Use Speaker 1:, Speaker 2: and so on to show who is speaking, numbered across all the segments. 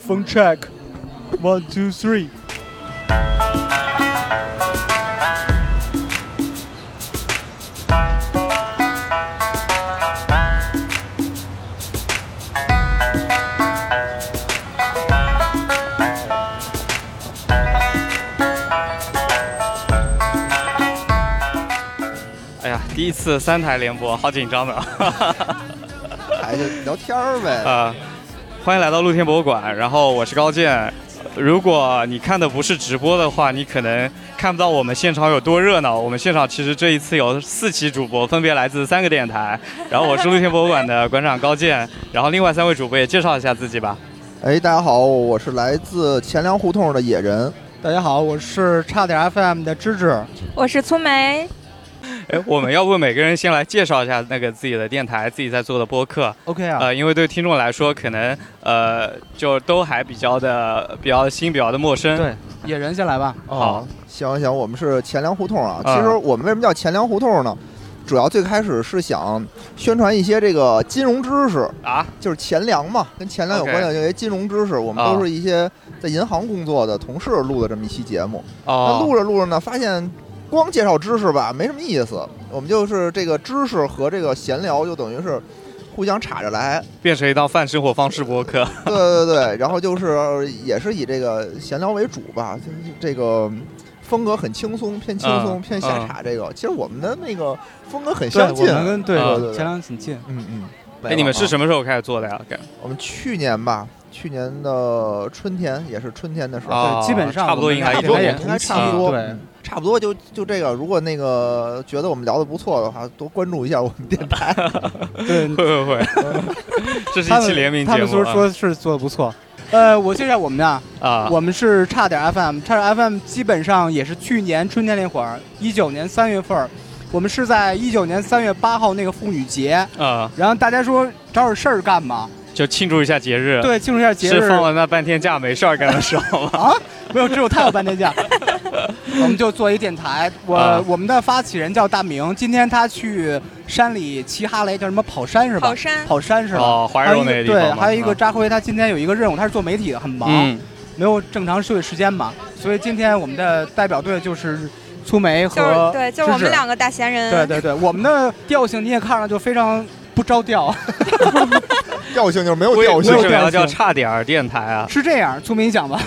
Speaker 1: 风 check one two three。
Speaker 2: 哎呀，第一次三台联播，好紧张的。
Speaker 3: 哎，就聊天儿呗。
Speaker 2: 啊、欢迎来到露天博物馆，然后我是高健。如果你看的不是直播的话，你可能看不到我们现场有多热闹。我们现场其实这一次有四期主播，分别来自三个电台。然后我是露天博物馆的馆长高健，然后另外三位主播也介绍一下自己吧。
Speaker 3: 哎，大家好，我是来自钱粮胡同的野人。
Speaker 4: 大家好，我是差点 FM 的芝芝。
Speaker 5: 我是粗梅，
Speaker 2: 哎，我们要不每个人先来介绍一下那个自己的电台，自己在做的播客。
Speaker 4: OK 啊，
Speaker 2: 呃，因为对听众来说，可能呃就都还比较的比较新，比较的陌生。
Speaker 4: 对，野人先来吧。
Speaker 3: 哦啊
Speaker 2: 好，
Speaker 3: 行行，我们是钱粮胡同啊。
Speaker 2: 啊
Speaker 3: 其实我们为什么叫钱粮胡同呢？主要最开始是想宣传一些这个金融知识，
Speaker 2: 啊，
Speaker 3: 就是钱粮嘛，跟钱粮有
Speaker 2: OK
Speaker 3: 关的这些金融知识，我们
Speaker 2: 啊
Speaker 3: 都是一些在银行工作的同事录的这么一期节目。那
Speaker 2: 哦，
Speaker 3: 录着录着呢，发现光介绍知识吧，没什么意思。我们就是这个知识和这个闲聊，就等于是互相岔着来。
Speaker 2: 变成一档泛生活方式播客。
Speaker 3: 对 对对，然后就是也是以这个闲聊为主吧，就是这个。风格很轻松，偏轻松，
Speaker 2: 嗯
Speaker 3: 偏瞎岔。这个、其实我们的那个风格很
Speaker 4: 对，
Speaker 3: 相
Speaker 4: 我
Speaker 3: 近。
Speaker 4: 们跟对
Speaker 2: 啊
Speaker 4: 对呃对前两挺近。
Speaker 3: 嗯嗯。
Speaker 2: 哎，你们是
Speaker 3: 么？
Speaker 2: 什么时候开始做的呀？
Speaker 3: 我们去年吧，去年的春天也是春天的时候，
Speaker 2: 啊
Speaker 4: 对基本上
Speaker 2: 差不多
Speaker 4: 我们
Speaker 2: 应该
Speaker 4: 俩
Speaker 2: 也就
Speaker 4: 也
Speaker 2: 我啊
Speaker 3: 应该差不
Speaker 4: 同
Speaker 3: 多，
Speaker 4: 期啊对
Speaker 3: 嗯，差不多就就这个。如果那个觉得我们聊的不错的话，多关注一下我们电台。
Speaker 4: 对，
Speaker 2: 会 会会，这是
Speaker 4: 他
Speaker 2: 一期
Speaker 4: 们
Speaker 2: 联名
Speaker 4: 他
Speaker 2: 节
Speaker 4: 们
Speaker 2: 目
Speaker 4: 说
Speaker 2: 啊
Speaker 4: 说是做的不错。呃，我介绍我们呀，
Speaker 2: 啊
Speaker 4: 我们是差点 FM，差点 FM 基本上也是去年春天那会儿，一九年三月份儿，我们是在一九年三月八号那个妇女节，
Speaker 2: 啊，
Speaker 4: 然后大家说找点事儿干嘛？
Speaker 2: 就庆祝一下节日。，
Speaker 4: 对，庆祝一下节
Speaker 2: 是
Speaker 4: 日。
Speaker 2: 放了那半天假没事儿干的时候 吗？
Speaker 4: 啊，没有，只有他有半天 假。我们就做一电台，我、
Speaker 2: 啊
Speaker 4: 我们的发起人叫大明，今天他去山里骑哈雷，叫什么跑山是吧？
Speaker 5: 跑山
Speaker 4: 跑山是吧？
Speaker 2: 哦，怀
Speaker 4: 还有
Speaker 2: 柔
Speaker 4: 一
Speaker 2: 那
Speaker 4: 个
Speaker 2: 个地方
Speaker 4: 对，
Speaker 2: 吗
Speaker 4: 还有一个，扎辉，他今天有一个任务，他是做媒体的，很忙，
Speaker 2: 嗯，
Speaker 4: 没有正常休息时间嘛，所以今天我们的代表队就是粗梅
Speaker 5: 就
Speaker 4: 和
Speaker 5: 是对，就是我
Speaker 4: 芝芝
Speaker 5: 们两个大闲人。
Speaker 4: 啊对对对，我们的调性你也看了，就非常不着调。
Speaker 3: 调性就是没有
Speaker 2: 为
Speaker 3: 调
Speaker 2: 为
Speaker 3: 性
Speaker 4: 我，
Speaker 2: 什么
Speaker 4: 调
Speaker 2: 要叫
Speaker 4: 性
Speaker 2: 差点儿电台啊？
Speaker 4: 是这样，粗梅你讲吧。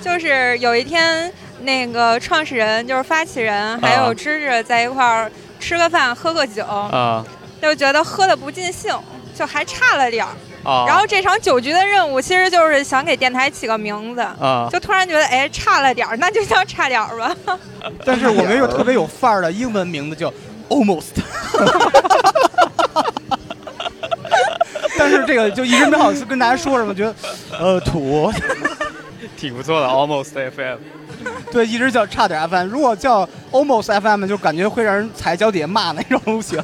Speaker 5: 就是有一天，那个创始人就是发起
Speaker 4: 啊
Speaker 5: 人，还有芝芝在一块儿吃个饭、喝个酒，
Speaker 2: 啊
Speaker 5: 就觉得喝的不尽兴，就还差了点儿。
Speaker 2: 啊，
Speaker 5: 然后这场酒局的任务其实就是想给电台起个名字，
Speaker 2: 啊，
Speaker 5: 就突然觉得哎差了点儿，那就叫差点儿吧。
Speaker 4: 但是我们有特别有范儿的英文名字叫 Almost，但是这个就一直没好意思跟大家说什么，觉得呃土，
Speaker 2: 挺不错的，Almost FM。
Speaker 4: 对，一直叫差点 FM。如果叫 Almost FM，就感觉会让人踩脚底下骂那种不行。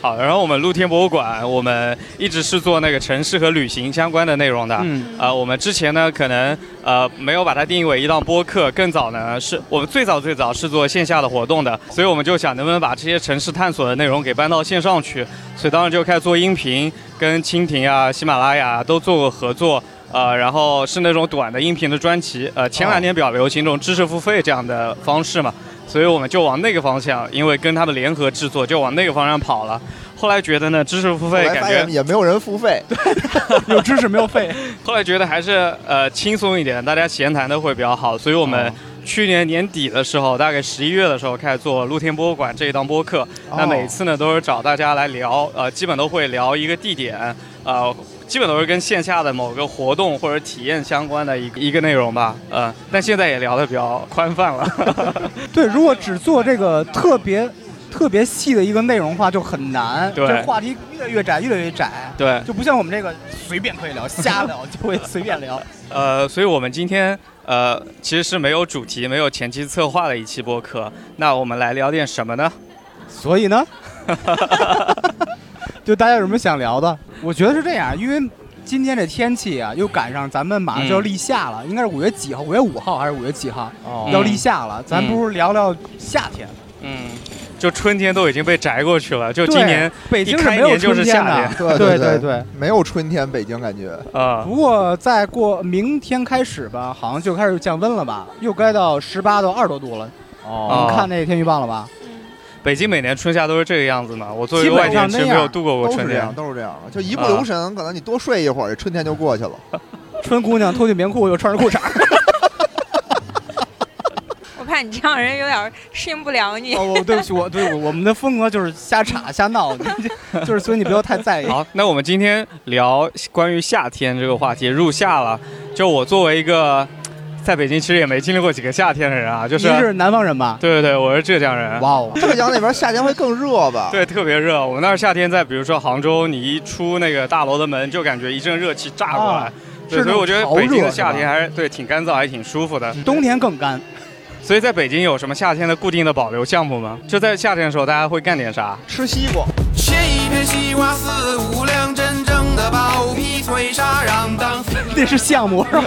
Speaker 2: 好，然后我们露天博物馆，我们一直是做那个城市和旅行相关的内容的。
Speaker 4: 嗯，
Speaker 2: 呃，我们之前呢，可能呃没有把它定义为一档播客，更早呢是我们最早最早是做线下的活动的，所以我们就想能不能把这些城市探索的内容给搬到线上去，所以当时就开始做音频，跟蜻蜓啊、喜马拉雅啊都做过合作。呃，然后是那种短的音频的专辑，呃，前两年比较流行这种知识付费这样的方式嘛，所以我们就往那个方向，因为跟他们联合制作，就往那个方向跑了。后来觉得呢，知识付
Speaker 3: 后
Speaker 2: 费
Speaker 3: 来
Speaker 2: 感
Speaker 3: 发
Speaker 2: 觉
Speaker 3: 现也没有人付费。
Speaker 4: 有知识没有费。
Speaker 2: 后来觉得还是呃轻松一点，大家闲谈的会比较好，所以我们
Speaker 4: 哦
Speaker 2: 去年年底的时候，大概十一月的时候开始做露天博物馆这一档播客。那每次呢都是找大家来聊，呃，基本都会聊一个地点，呃，基本都是跟线下的某个活动或者体验相关的一个一个内容吧，呃，但现在也聊得比较宽泛了。
Speaker 4: 对，如果只做这个特别特别细的一个内容的话，就很难。
Speaker 2: 对
Speaker 4: 这话题越来越窄，越来越窄。
Speaker 2: 对，
Speaker 4: 就不像我们这个随便可以聊，瞎聊就会随便聊。
Speaker 2: 呃，所以我们今天呃其实是没有主题、没有前期策划的一期播客，那我们来聊点什么呢？
Speaker 4: 所以呢， 就大家有什么想聊的？我觉得是这样，因为今天这天气啊，又赶上咱们马上就要立夏
Speaker 2: 嗯
Speaker 4: 了，应该是五月几号？五月五号还是五月几号？
Speaker 3: 哦
Speaker 4: 要立夏了，咱
Speaker 2: 嗯
Speaker 4: 不如聊聊夏天。
Speaker 2: 嗯，就春天都已经被摘过去了，就
Speaker 4: 对
Speaker 2: 今年
Speaker 4: 北京
Speaker 2: 一
Speaker 4: 是
Speaker 2: 开
Speaker 4: 没有
Speaker 2: 年就
Speaker 4: 春
Speaker 2: 是
Speaker 4: 天
Speaker 2: 夏
Speaker 4: 的
Speaker 2: 天，
Speaker 4: 对
Speaker 3: 对对
Speaker 4: 对。
Speaker 3: 没有春天北京感觉，
Speaker 2: 啊
Speaker 4: 不过再过明天开始吧，好像就开始降温了吧，又该到十八到二十多度了。
Speaker 2: 啊
Speaker 3: 哦，
Speaker 4: 你看那个天气预报了吧？
Speaker 5: 嗯
Speaker 2: 北京每年春夏都是这个样子嘛。我作为一个
Speaker 4: 基
Speaker 2: 外
Speaker 4: 本
Speaker 2: 地人，
Speaker 4: 上
Speaker 2: 其
Speaker 4: 那
Speaker 2: 实
Speaker 4: 样
Speaker 2: 没有度过过
Speaker 3: 都是
Speaker 2: 春
Speaker 3: 这样，
Speaker 2: 天。
Speaker 3: 都是这样，就一不
Speaker 2: 啊
Speaker 3: 留神，可能你多睡一会儿，春天就过去了。
Speaker 4: 春姑娘脱去棉裤，又穿着裤衩，
Speaker 5: 我怕你这样人有点儿适应不了你。
Speaker 4: 哦，我对不起，我对我我们的风格就是瞎吵瞎闹， 就是所以你不要太在意。
Speaker 2: 好，那我们今天聊关于夏天这个话题，入夏了。就我作为一个在北京其实也没经历过几个夏天的人啊，就
Speaker 4: 您
Speaker 2: 是
Speaker 4: 是南方人吧？
Speaker 2: 对对对，我是浙江人。
Speaker 4: 哇 哦，
Speaker 3: 浙江那边夏天会更热吧？
Speaker 2: 对，特别热。我们那儿夏天在，比如说杭州，你一出那个大楼的门，就感觉一阵热气炸过来。
Speaker 4: 啊
Speaker 2: 对，
Speaker 4: 是
Speaker 2: 所以
Speaker 4: 那
Speaker 2: 我觉得
Speaker 4: 种潮
Speaker 2: 北京的
Speaker 4: 热
Speaker 2: 夏
Speaker 4: 是吧
Speaker 2: 天还是对挺干燥，还挺舒服的。
Speaker 4: 冬天更干，
Speaker 2: 所以在北京有什么夏天的固定的保留项目吗？就在夏天的时候，大家会干点 啥？
Speaker 3: 吃西瓜，
Speaker 6: 切一片西瓜丝，五两真正的剥皮，推沙瓤当。
Speaker 4: 那是项目是吧？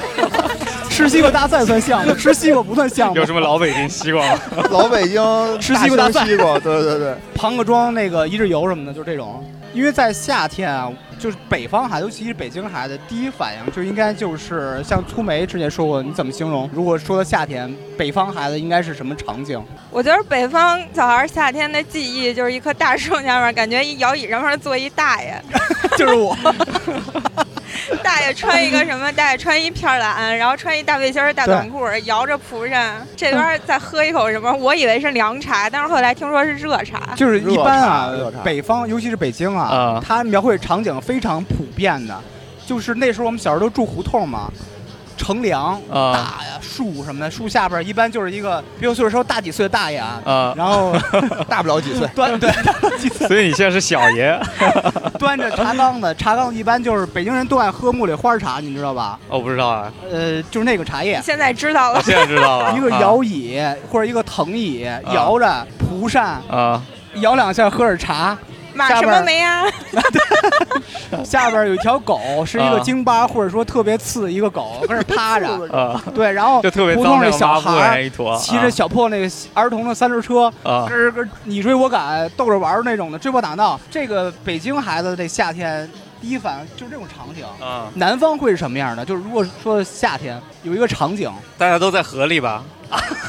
Speaker 4: 吃西瓜大赛算项目，吃西瓜不算项目
Speaker 2: 有。什么老北京西瓜 吗？
Speaker 3: 老北京
Speaker 4: 吃西瓜大
Speaker 3: 大
Speaker 4: 赛
Speaker 3: 兴西瓜，对对对，
Speaker 4: 庞各庄那个一日游什么的，就是这种。因为在夏天啊，就是北方孩子，尤其是北京孩子，第一反应就应该就是像粗梅之前说过，你怎么形容？如果说到夏天，北方孩子应该是什么场景？
Speaker 5: 我觉得北方小孩儿夏天的记忆就是一棵大树下面，感觉一摇椅上面坐一大爷，
Speaker 4: 就是我，
Speaker 5: 大爷穿一个什么？大爷穿一片儿蓝，然后穿一大背心儿、大短裤儿，摇着蒲扇，这边儿再喝一口什么？我以为是凉茶，但是后来听说是热 茶。
Speaker 4: 就是一般啊
Speaker 3: 热茶热茶，
Speaker 4: 北方尤其是北京啊
Speaker 2: 啊，
Speaker 4: 它描绘场景非常普遍的，就是那时候我们小时候都住胡同嘛，乘凉、
Speaker 2: 啊
Speaker 4: 大呀、树什么的，树下边儿一般就是一个比我岁数稍微大几岁的大爷啊，
Speaker 2: 啊、
Speaker 4: 然后
Speaker 3: 大不了几岁。
Speaker 4: 端对
Speaker 2: 所以你现在是小爷
Speaker 4: 端着茶缸子，茶缸子一般就是北京人都爱喝茉莉花茶，你知道吧？
Speaker 2: 哦，不知道啊，
Speaker 4: 呃，就是那个茶叶，
Speaker 5: 现在知道
Speaker 2: 我
Speaker 5: 了，
Speaker 2: 现在知道了。
Speaker 4: 一个
Speaker 2: 啊
Speaker 4: 摇椅或者一个藤椅，摇着蒲扇
Speaker 2: 啊，
Speaker 4: 摇两下，喝点茶。
Speaker 5: 马
Speaker 4: 下
Speaker 5: 什
Speaker 4: 边
Speaker 5: 么
Speaker 4: 儿
Speaker 5: 梅啊？
Speaker 4: 下边有一条狗，是一个
Speaker 2: 啊
Speaker 4: 京巴或者说特别次的一个狗，跟那儿趴着。
Speaker 2: 啊，
Speaker 4: 对，然后
Speaker 2: 就特别
Speaker 4: 胡
Speaker 2: 脏
Speaker 4: 同里
Speaker 2: 的
Speaker 4: 哦小
Speaker 2: 抹布
Speaker 4: 孩
Speaker 2: 还
Speaker 4: 儿
Speaker 2: 一坨，
Speaker 4: 骑着小破那个儿童的三轮车，
Speaker 2: 啊
Speaker 4: 咯儿咯儿你追我赶，逗着玩儿那种的，追波打闹。这个北京孩子这夏天第一反应就是这种场景。
Speaker 2: 啊啊，
Speaker 4: 南方会是什么样的？就是如果说夏天有一个场景，
Speaker 2: 大家都在河里吧？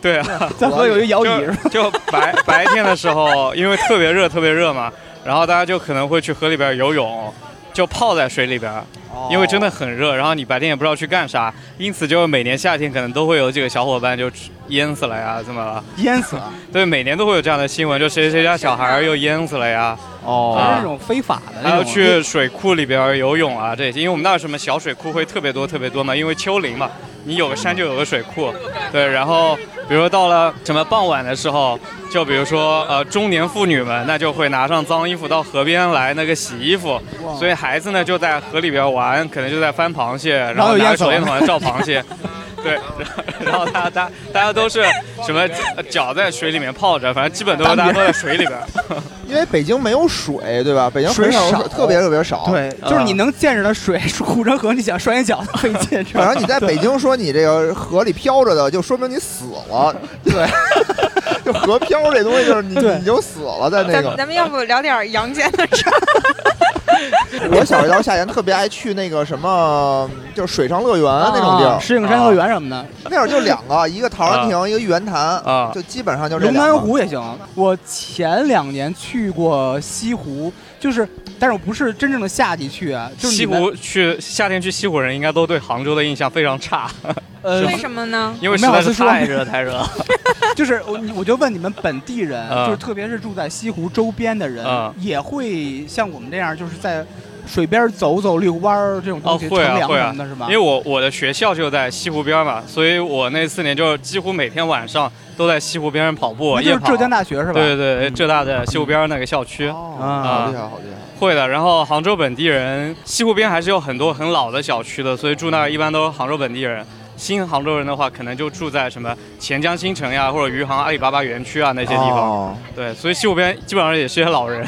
Speaker 2: 对啊，
Speaker 4: 在河有一个摇椅，
Speaker 2: 就就白白天的时候，因为特别热，特别热嘛，然后大家就可能会去河里边游泳，就泡在水里边，
Speaker 4: 哦
Speaker 2: 因为真的很热，然后你白天也不知道去干啥，因此就是每年夏天可能都会有几个小伙伴就淹死了呀，怎么了？
Speaker 4: 淹死了。
Speaker 2: 对，每年都会有这样的新闻，就谁谁谁家小孩儿又淹死了呀，
Speaker 4: 哦
Speaker 2: 啊
Speaker 4: 那种非法的
Speaker 2: 还
Speaker 4: 那
Speaker 2: 要
Speaker 4: 种。
Speaker 2: 去水库里边游泳啊这些，因为我们那儿什么小水库会特别多特别多嘛，因为丘陵嘛，你有个山就有个水库，对，然后比如说到了什么傍晚的时候，就比如说呃中年妇女们，那就会拿上脏衣服到河边来那个洗衣服，所以孩子呢就在河里边玩，可能就在翻螃蟹，然
Speaker 4: 然后
Speaker 2: 后
Speaker 4: 又
Speaker 2: 拿
Speaker 4: 淹
Speaker 2: 着
Speaker 4: 死
Speaker 2: 手
Speaker 4: 了
Speaker 2: 电筒来照 螃蟹。对，然后然后大家大大家都是什么呃脚在水里面泡着，反正基本都是大家都在水里边。
Speaker 3: 因为北京没有水，对吧？北京很
Speaker 4: 水
Speaker 3: 少有
Speaker 4: 少
Speaker 3: 水，特别特别少。，
Speaker 4: 对，
Speaker 2: 嗯
Speaker 4: 就是你能见着的水， 护城河，你想拴一脚都费劲。是吧
Speaker 3: 反正 你在北京说你这个河里漂着的，就说明你死 了。对， 就河漂这东西，就是你
Speaker 4: 对
Speaker 3: 你就死了在那
Speaker 5: 咱们
Speaker 3: 个。
Speaker 5: 咱们要不聊点儿阳间的事儿？
Speaker 3: 我小时候夏天特别爱去那个什么，就是水上乐园那种地
Speaker 4: 啊
Speaker 3: 儿，
Speaker 4: 石景山乐园什么的，
Speaker 3: 那会儿就两个，一个陶然亭，一个玉渊潭
Speaker 2: 啊，
Speaker 3: 就基本上就这
Speaker 4: 龙
Speaker 3: 两
Speaker 4: 南
Speaker 3: 个。
Speaker 4: 湖也行。我前两年去过西湖，就是，但是我不是真正的夏季去啊，就是
Speaker 2: 西
Speaker 4: 你们
Speaker 2: 湖去夏天去西湖人应该都对杭州的印象非常 差，
Speaker 4: 呃，
Speaker 5: 为什么呢？
Speaker 2: 因为实
Speaker 4: 没
Speaker 2: 在
Speaker 4: 好
Speaker 2: 是
Speaker 4: 意思说
Speaker 2: 太 热太热了。
Speaker 4: 就是我，我就问你们本地人，
Speaker 2: 啊
Speaker 4: 就是特别是住在西湖周边的人，
Speaker 2: 啊
Speaker 4: 也会像我们这样，就是在水边走走、遛弯儿这种东西，
Speaker 2: 哦
Speaker 4: 乘
Speaker 2: 会啊
Speaker 4: 凉
Speaker 2: 会啊
Speaker 4: 什么的，是吗
Speaker 2: 因？为我我的学校就在西湖边嘛，所以我那四年就是几乎每天晚上都在西湖边上跑步，
Speaker 4: 那
Speaker 2: 夜
Speaker 4: 就是
Speaker 2: 跑。
Speaker 4: 浙江大学是吧？
Speaker 2: 对对对，
Speaker 4: 嗯
Speaker 2: 浙大的西湖边那个校区、
Speaker 3: 哦，
Speaker 4: 啊
Speaker 3: 好厉害，好厉害！
Speaker 2: 会的。然后杭州本地人，西湖边还是有很多很老的小区的，所以住那儿一般都是杭州本地人。新杭州人的话，可能就住在什么钱江新城呀，或者余杭阿里巴巴园区啊那些地方。
Speaker 3: 哦
Speaker 2: 对，所以西湖边基本上也 是些老人，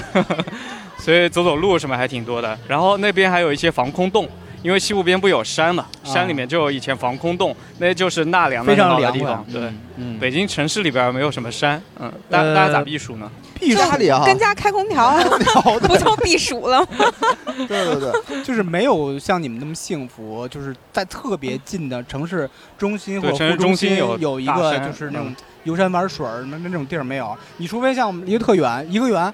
Speaker 2: 所以走走路什么还挺多的。然后那边还有一些防空洞，因为西湖边不有山嘛，
Speaker 4: 啊
Speaker 2: 山里面就有以前防空洞，那就是纳凉的
Speaker 4: 非常
Speaker 2: 很好的
Speaker 4: 凉
Speaker 2: 地
Speaker 4: 快
Speaker 2: 方。对，
Speaker 4: 嗯，
Speaker 2: 北京城市里边没有什么山，嗯，大
Speaker 4: 呃
Speaker 2: 大家咋避暑呢？
Speaker 4: 避暑
Speaker 3: 家里啊哈，
Speaker 5: 跟家开空调 不就避暑 了吗？
Speaker 3: 啊对对 对，
Speaker 4: 就是没有像你们那么幸福，就是在特别近的城市中心或者
Speaker 2: 对城市
Speaker 4: 副中
Speaker 2: 中心有
Speaker 4: 有一
Speaker 2: 大
Speaker 4: 个
Speaker 2: 山嗯
Speaker 4: 就是那种游山玩水儿那那种地儿没有，你除非像我们离得特远，颐和园，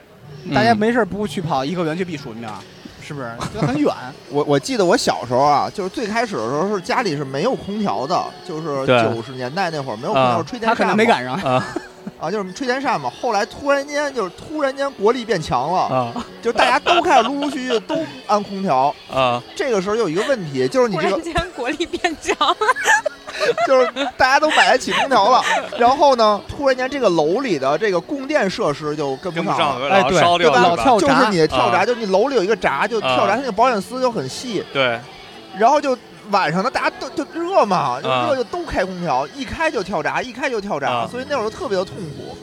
Speaker 4: 大家
Speaker 2: 嗯
Speaker 4: 没事儿不去跑颐和园去避暑，你知道吗？是 不是？就很远，
Speaker 3: 我我记得我小时候啊，就是最开始的时候是家里是没有空调的，就是
Speaker 2: 对
Speaker 3: 九十年代那会儿没有空调，
Speaker 2: 啊
Speaker 3: 吹电
Speaker 4: 他
Speaker 3: 扇
Speaker 4: 可
Speaker 3: 嘛
Speaker 4: 能没赶上。
Speaker 2: 啊
Speaker 3: 啊，就是吹电扇嘛。后来突然间就是突然间国力变强了，
Speaker 2: 啊
Speaker 3: 就是大家都开始陆陆续续都安空调。
Speaker 2: 啊！
Speaker 3: 这个时候有一个问题，就是你
Speaker 5: 忽
Speaker 3: 这
Speaker 5: 然
Speaker 3: 个
Speaker 5: 间国力变 强，
Speaker 3: 就是大家都买得起空调了，然后呢，突然间这个楼里的这个供电设施就跟不
Speaker 2: 跟不
Speaker 3: 上
Speaker 2: 上
Speaker 3: 了。
Speaker 2: 了，
Speaker 4: 哎
Speaker 2: 老
Speaker 4: 对
Speaker 2: 烧掉
Speaker 3: 对吧
Speaker 2: 了
Speaker 4: 老
Speaker 2: 吧
Speaker 4: 跳
Speaker 3: 就
Speaker 4: 闸
Speaker 3: 是你跳闸，
Speaker 2: 啊
Speaker 3: 就你楼里有一个闸，就
Speaker 2: 啊
Speaker 3: 跳闸，它那个保险丝就很细，
Speaker 2: 对，
Speaker 3: 然后就晚上呢，大家都就热嘛，就
Speaker 2: 啊
Speaker 3: 热就都开空调，一开就跳闸，一开就跳闸，
Speaker 2: 啊
Speaker 3: 所以那会儿就特别的痛苦。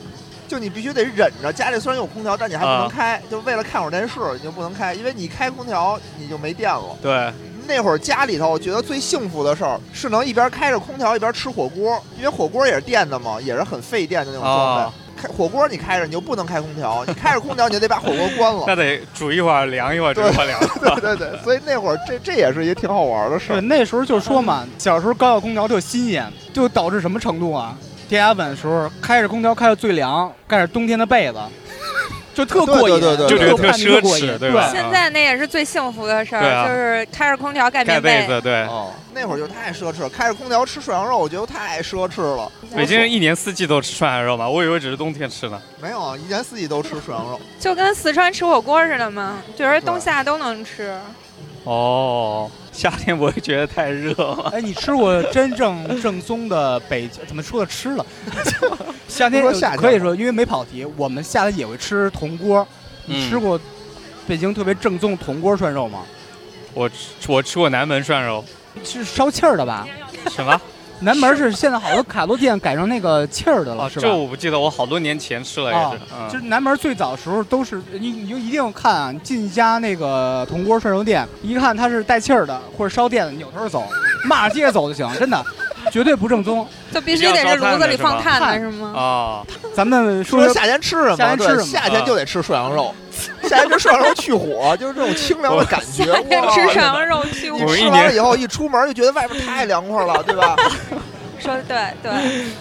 Speaker 3: 就你必须得忍着，家里虽然有空调，但你还不能
Speaker 2: 啊
Speaker 3: 开，就为了看会儿电视，你就不能开，因为你开空调你就没电了。
Speaker 2: 对，
Speaker 3: 那会儿家里头，我觉得最幸福的事儿是能一边开着空调一边吃火锅，因为火锅也是电的嘛，也是很费电的那种装备。
Speaker 4: 哦
Speaker 2: 啊
Speaker 3: 开火锅你开着你就不能开空调，你开着空调你就得把火锅 关了。
Speaker 2: 那得煮一会儿，凉一会儿，煮一会儿，凉一会儿。
Speaker 3: 对对对，所以那会儿这这也是一个挺好玩的事
Speaker 4: 对，
Speaker 3: 儿。
Speaker 4: 那时候就说嘛，小时候高压空调特新鲜，就导致什么程度啊？电压稳的时候，开着空调开到最凉，盖着冬天的被子，就特过瘾，
Speaker 3: 对对对对
Speaker 2: 就觉得
Speaker 4: 特看着
Speaker 2: 特
Speaker 4: 过
Speaker 2: 奢侈
Speaker 4: 瘾
Speaker 2: 对吧
Speaker 5: 现在那也是最幸福的事
Speaker 2: 对
Speaker 5: 儿，
Speaker 2: 啊
Speaker 5: 就是开着空调盖
Speaker 2: 盖
Speaker 5: 棉
Speaker 2: 被子，对，
Speaker 3: 哦，那会儿就太奢侈了，开着空调吃涮羊肉，我觉得太奢侈了。
Speaker 2: 北京人一年四季都吃涮羊肉嘛，我以为只是冬天吃呢。
Speaker 3: 没有啊，一年四季都吃涮羊肉。
Speaker 5: 就跟四川吃火锅似的嘛，就是冬夏都能吃。
Speaker 2: 哦，夏天不会觉得太热吗？
Speaker 4: 哎，你吃过真正正宗的北京？怎么说的吃了？ 夏天呃
Speaker 3: 不说夏天
Speaker 4: 可以说，因为没跑题，我们夏天也会吃铜锅。你
Speaker 2: 嗯
Speaker 4: 吃过北京特别正宗铜锅涮肉吗？
Speaker 2: 我吃我吃过南门涮 肉，
Speaker 4: 是烧气儿的吧？
Speaker 2: 什么？
Speaker 4: 南门是现在好多卡多店改成那个气儿的了，
Speaker 2: 哦，
Speaker 4: 是
Speaker 2: 这
Speaker 4: 吧？
Speaker 2: 我不记得，我好多年前吃了
Speaker 5: 哦
Speaker 2: 也是。嗯
Speaker 4: 就是南门最早时候都是你，你就一定看啊，你进一家那个铜锅涮肉店，一看它是带气儿的或者烧电的，扭头就走，骂着街走就行，真的，绝对不正宗。
Speaker 5: 就必须得是炉子里放炭的是 吗？
Speaker 2: 啊，
Speaker 4: 咱们说
Speaker 3: 说
Speaker 4: 说
Speaker 3: 夏天吃什么？
Speaker 4: 夏天吃什么嗯
Speaker 3: 对夏天就得吃涮羊肉，夏天吃涮羊肉去火，就是这种清凉的感觉。
Speaker 5: 夏天
Speaker 3: 哇
Speaker 5: 吃涮羊肉去
Speaker 3: 你
Speaker 5: 我
Speaker 2: 我一
Speaker 3: 吃完了以后一出门就觉得外边太凉快了，对吧？
Speaker 5: 说对对，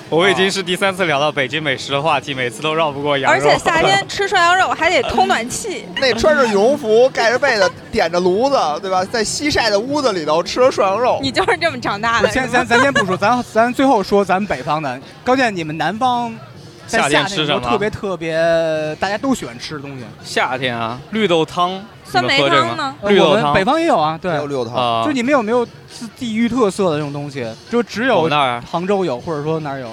Speaker 2: 我已经是第三次聊到北京美食的话题，每次都绕不过羊
Speaker 5: 而
Speaker 2: 肉。
Speaker 5: 且夏天吃涮羊肉还得通暖气，
Speaker 3: 那穿着羽绒服，盖着被子，点着炉子，对吧？在西晒的屋子里头吃着涮羊肉，
Speaker 5: 你就是这么长大
Speaker 4: 不
Speaker 5: 的
Speaker 4: 是，。
Speaker 5: 是
Speaker 4: 先
Speaker 5: 吗
Speaker 4: 咱咱先不说，咱咱最后说咱们北方的。高健，你们南方在
Speaker 2: 夏
Speaker 4: 夏
Speaker 2: 天
Speaker 4: 天的
Speaker 2: 吃
Speaker 4: 时候
Speaker 2: 什
Speaker 4: 特
Speaker 2: 么？啊
Speaker 4: 别特别，大家都喜欢吃的东西。
Speaker 2: 夏天啊，绿豆汤，
Speaker 5: 酸梅
Speaker 2: 你们喝这个
Speaker 5: 汤
Speaker 2: 吗？
Speaker 5: 呢？
Speaker 4: 呃
Speaker 2: 绿
Speaker 4: 我
Speaker 2: 豆
Speaker 4: 们
Speaker 2: 汤
Speaker 4: 北方也有啊，对
Speaker 3: 还。有绿豆汤。
Speaker 2: 啊，
Speaker 4: 就你们有没有自地域特色的这种东西？就只
Speaker 2: 我
Speaker 4: 有
Speaker 2: 们那儿
Speaker 4: 杭州有，或者说哪儿有？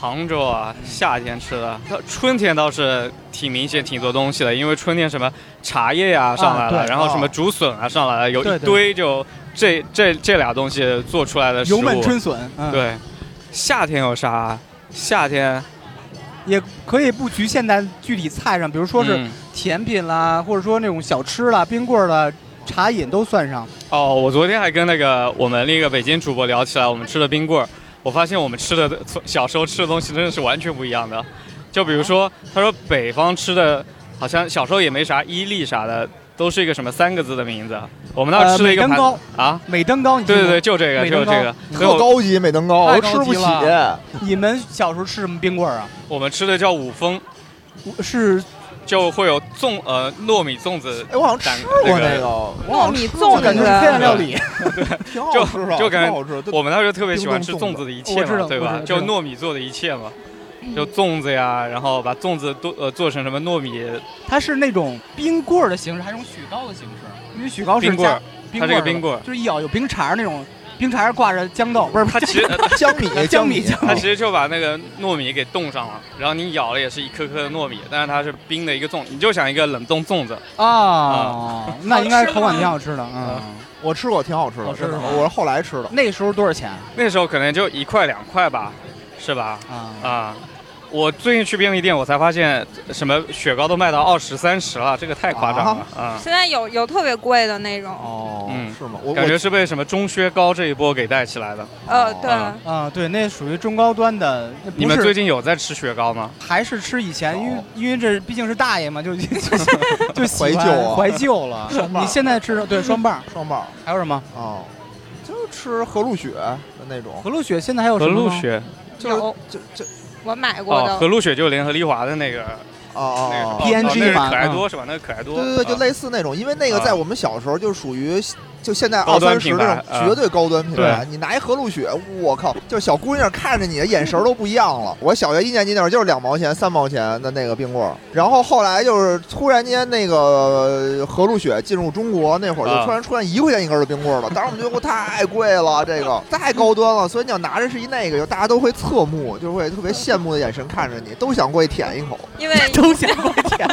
Speaker 2: 杭州啊，夏天吃的，春天倒是挺明显挺多东西的，因为春天什么茶叶呀、上来
Speaker 4: 啊
Speaker 2: 了，
Speaker 4: 对
Speaker 2: 然后
Speaker 3: 哦
Speaker 2: 什么竹笋啊上来了，有
Speaker 4: 对
Speaker 2: 一
Speaker 4: 对
Speaker 2: 堆就这这这俩东西做出来的呃食
Speaker 4: 油
Speaker 2: 物。
Speaker 4: 焖春笋，嗯，，
Speaker 2: 对，夏天有啥？夏天
Speaker 4: 也可以不局限在具体菜上，比如说是
Speaker 2: 嗯
Speaker 4: 甜品啦，或者说那种小吃啦、冰棍儿啦、茶饮都算上。
Speaker 2: 哦，我昨天还跟那个我们另一个北京主播聊起来，我们吃的冰棍儿，我发现我们吃的从小时候吃的东西真的是完全不一样的。就比如说，他说北方吃的，好像小时候也没啥伊利啥的，都是一个什么三个字的名字。我们那儿
Speaker 4: 呃，
Speaker 2: 吃了
Speaker 4: 美
Speaker 2: 一个
Speaker 4: 登
Speaker 2: 盘
Speaker 4: 糕，
Speaker 2: 啊，
Speaker 4: 美登糕，你
Speaker 2: 对
Speaker 4: 听
Speaker 2: 对
Speaker 4: 过
Speaker 2: 对，就这个，
Speaker 4: 美
Speaker 2: 就
Speaker 4: 登
Speaker 2: 是这个。所以
Speaker 3: 特
Speaker 2: 我
Speaker 3: 高级美登糕，
Speaker 4: 太
Speaker 3: 我
Speaker 4: 高
Speaker 3: 吃
Speaker 4: 级
Speaker 3: 不起。
Speaker 4: 了你们小时候吃什么冰棍儿啊？
Speaker 2: 我们吃的叫五峰，
Speaker 4: 是
Speaker 2: 就会有粽呃糯米粽子
Speaker 3: 哎，我好像吃过那个，我好像吃过
Speaker 5: 糯米粽子
Speaker 4: 感
Speaker 3: 感
Speaker 4: 觉
Speaker 3: 觉
Speaker 4: 是黑暗料理，
Speaker 3: 挺好吃的，
Speaker 2: 就就感觉
Speaker 3: 挺好吃的。
Speaker 2: 我们当时特别喜欢
Speaker 3: 冰
Speaker 2: 吃
Speaker 3: 冻
Speaker 2: 粽
Speaker 3: 粽子
Speaker 2: 子的一切
Speaker 4: 我知道
Speaker 2: 嘛，对
Speaker 4: 我
Speaker 2: 吧？
Speaker 4: 知道
Speaker 2: 就糯米做的一切嘛，就粽子呀，然后把粽子都呃做成什么糯米
Speaker 4: 它是那种冰棍儿的形式，还是那种雪糕的形式？因为雪糕是
Speaker 2: 冰棍儿
Speaker 4: 加，
Speaker 2: 它是
Speaker 4: 儿
Speaker 2: 个
Speaker 4: 的
Speaker 2: 冰棍儿。
Speaker 4: 就是一咬有冰碴儿那种，冰碴儿挂着豇 豆，不是
Speaker 2: 它其实它
Speaker 3: 江米，
Speaker 4: 江米
Speaker 3: 米，
Speaker 4: 江
Speaker 2: 它其实就把那个糯米给冻上了，然后你咬了也是一颗颗的糯米，但是它是冰的一个粽，你就想一个冷冻粽子。
Speaker 4: 啊，那应该是口感挺好吃的。
Speaker 2: 吗
Speaker 4: 嗯，
Speaker 3: 我吃过，挺好吃
Speaker 4: 好
Speaker 3: 的，
Speaker 4: 吃
Speaker 3: 真的。
Speaker 4: 吗
Speaker 3: 我是后来吃的。
Speaker 4: 那时候多少钱
Speaker 2: 那时候可能就一块两块吧，是吧？
Speaker 4: 啊？
Speaker 2: 啊，我最近去便利店，我才发现什么雪糕都卖到二十三十了，这个太夸张了啊！
Speaker 5: 现在有有特别贵的那种，
Speaker 4: 哦
Speaker 2: 嗯，
Speaker 3: 是吗？我
Speaker 2: 感觉
Speaker 3: 我
Speaker 2: 是被什么中靴高这一波给带起来的。
Speaker 5: 呃，对，
Speaker 2: 啊
Speaker 4: 啊，对，那属于中高端的，那不
Speaker 2: 你们
Speaker 4: 是
Speaker 2: 最近有在吃雪糕吗？
Speaker 4: 还是吃以前，因为
Speaker 3: 哦
Speaker 4: 因为这毕竟是大爷嘛，就 就就喜欢
Speaker 3: 怀旧啊
Speaker 4: 怀旧了。
Speaker 3: 双棒
Speaker 4: 你现在吃对双棒，
Speaker 3: 双棒
Speaker 4: 还有什么？
Speaker 3: 哦，就吃和路雪的那种，
Speaker 4: 和路雪现在还有什
Speaker 2: 和
Speaker 4: 么呢？
Speaker 2: 路雪
Speaker 3: 就
Speaker 5: 有
Speaker 3: 就就
Speaker 5: 我买过
Speaker 2: 哦，
Speaker 5: 的。
Speaker 2: 和路雪就联合利华的那个
Speaker 3: 哦
Speaker 2: 那个哦
Speaker 3: 哦，
Speaker 2: 哦
Speaker 4: PNG
Speaker 2: 那是
Speaker 4: 嘛
Speaker 2: 可爱
Speaker 4: 嗯
Speaker 2: 多是吧？那个可爱多，
Speaker 3: 对对对，就
Speaker 2: 啊
Speaker 3: 类似那种，因为那个
Speaker 2: 啊
Speaker 3: 在我们小时候就属于就现在
Speaker 2: 高
Speaker 3: 二
Speaker 2: 端
Speaker 3: 三十
Speaker 2: 品
Speaker 3: 那
Speaker 2: 牌啊
Speaker 3: 种绝对高端品牌。你拿一和路雪，我靠，就小姑娘看着你的眼神儿都不一样了。我小学一年级那会儿就是两毛钱、三毛钱的那个冰棍儿，然后后来就是突然间那个呃和路雪进入中国那会儿，
Speaker 2: 啊
Speaker 3: 就突然出现一块钱一根儿的冰棍儿了。当时我们觉得我太贵了，这个太高端了，所以你要拿着是一那个，就大家都会侧目，就会特别羡慕的眼神看着你，都想过去舔一口。
Speaker 5: 因为
Speaker 4: 都想过甜。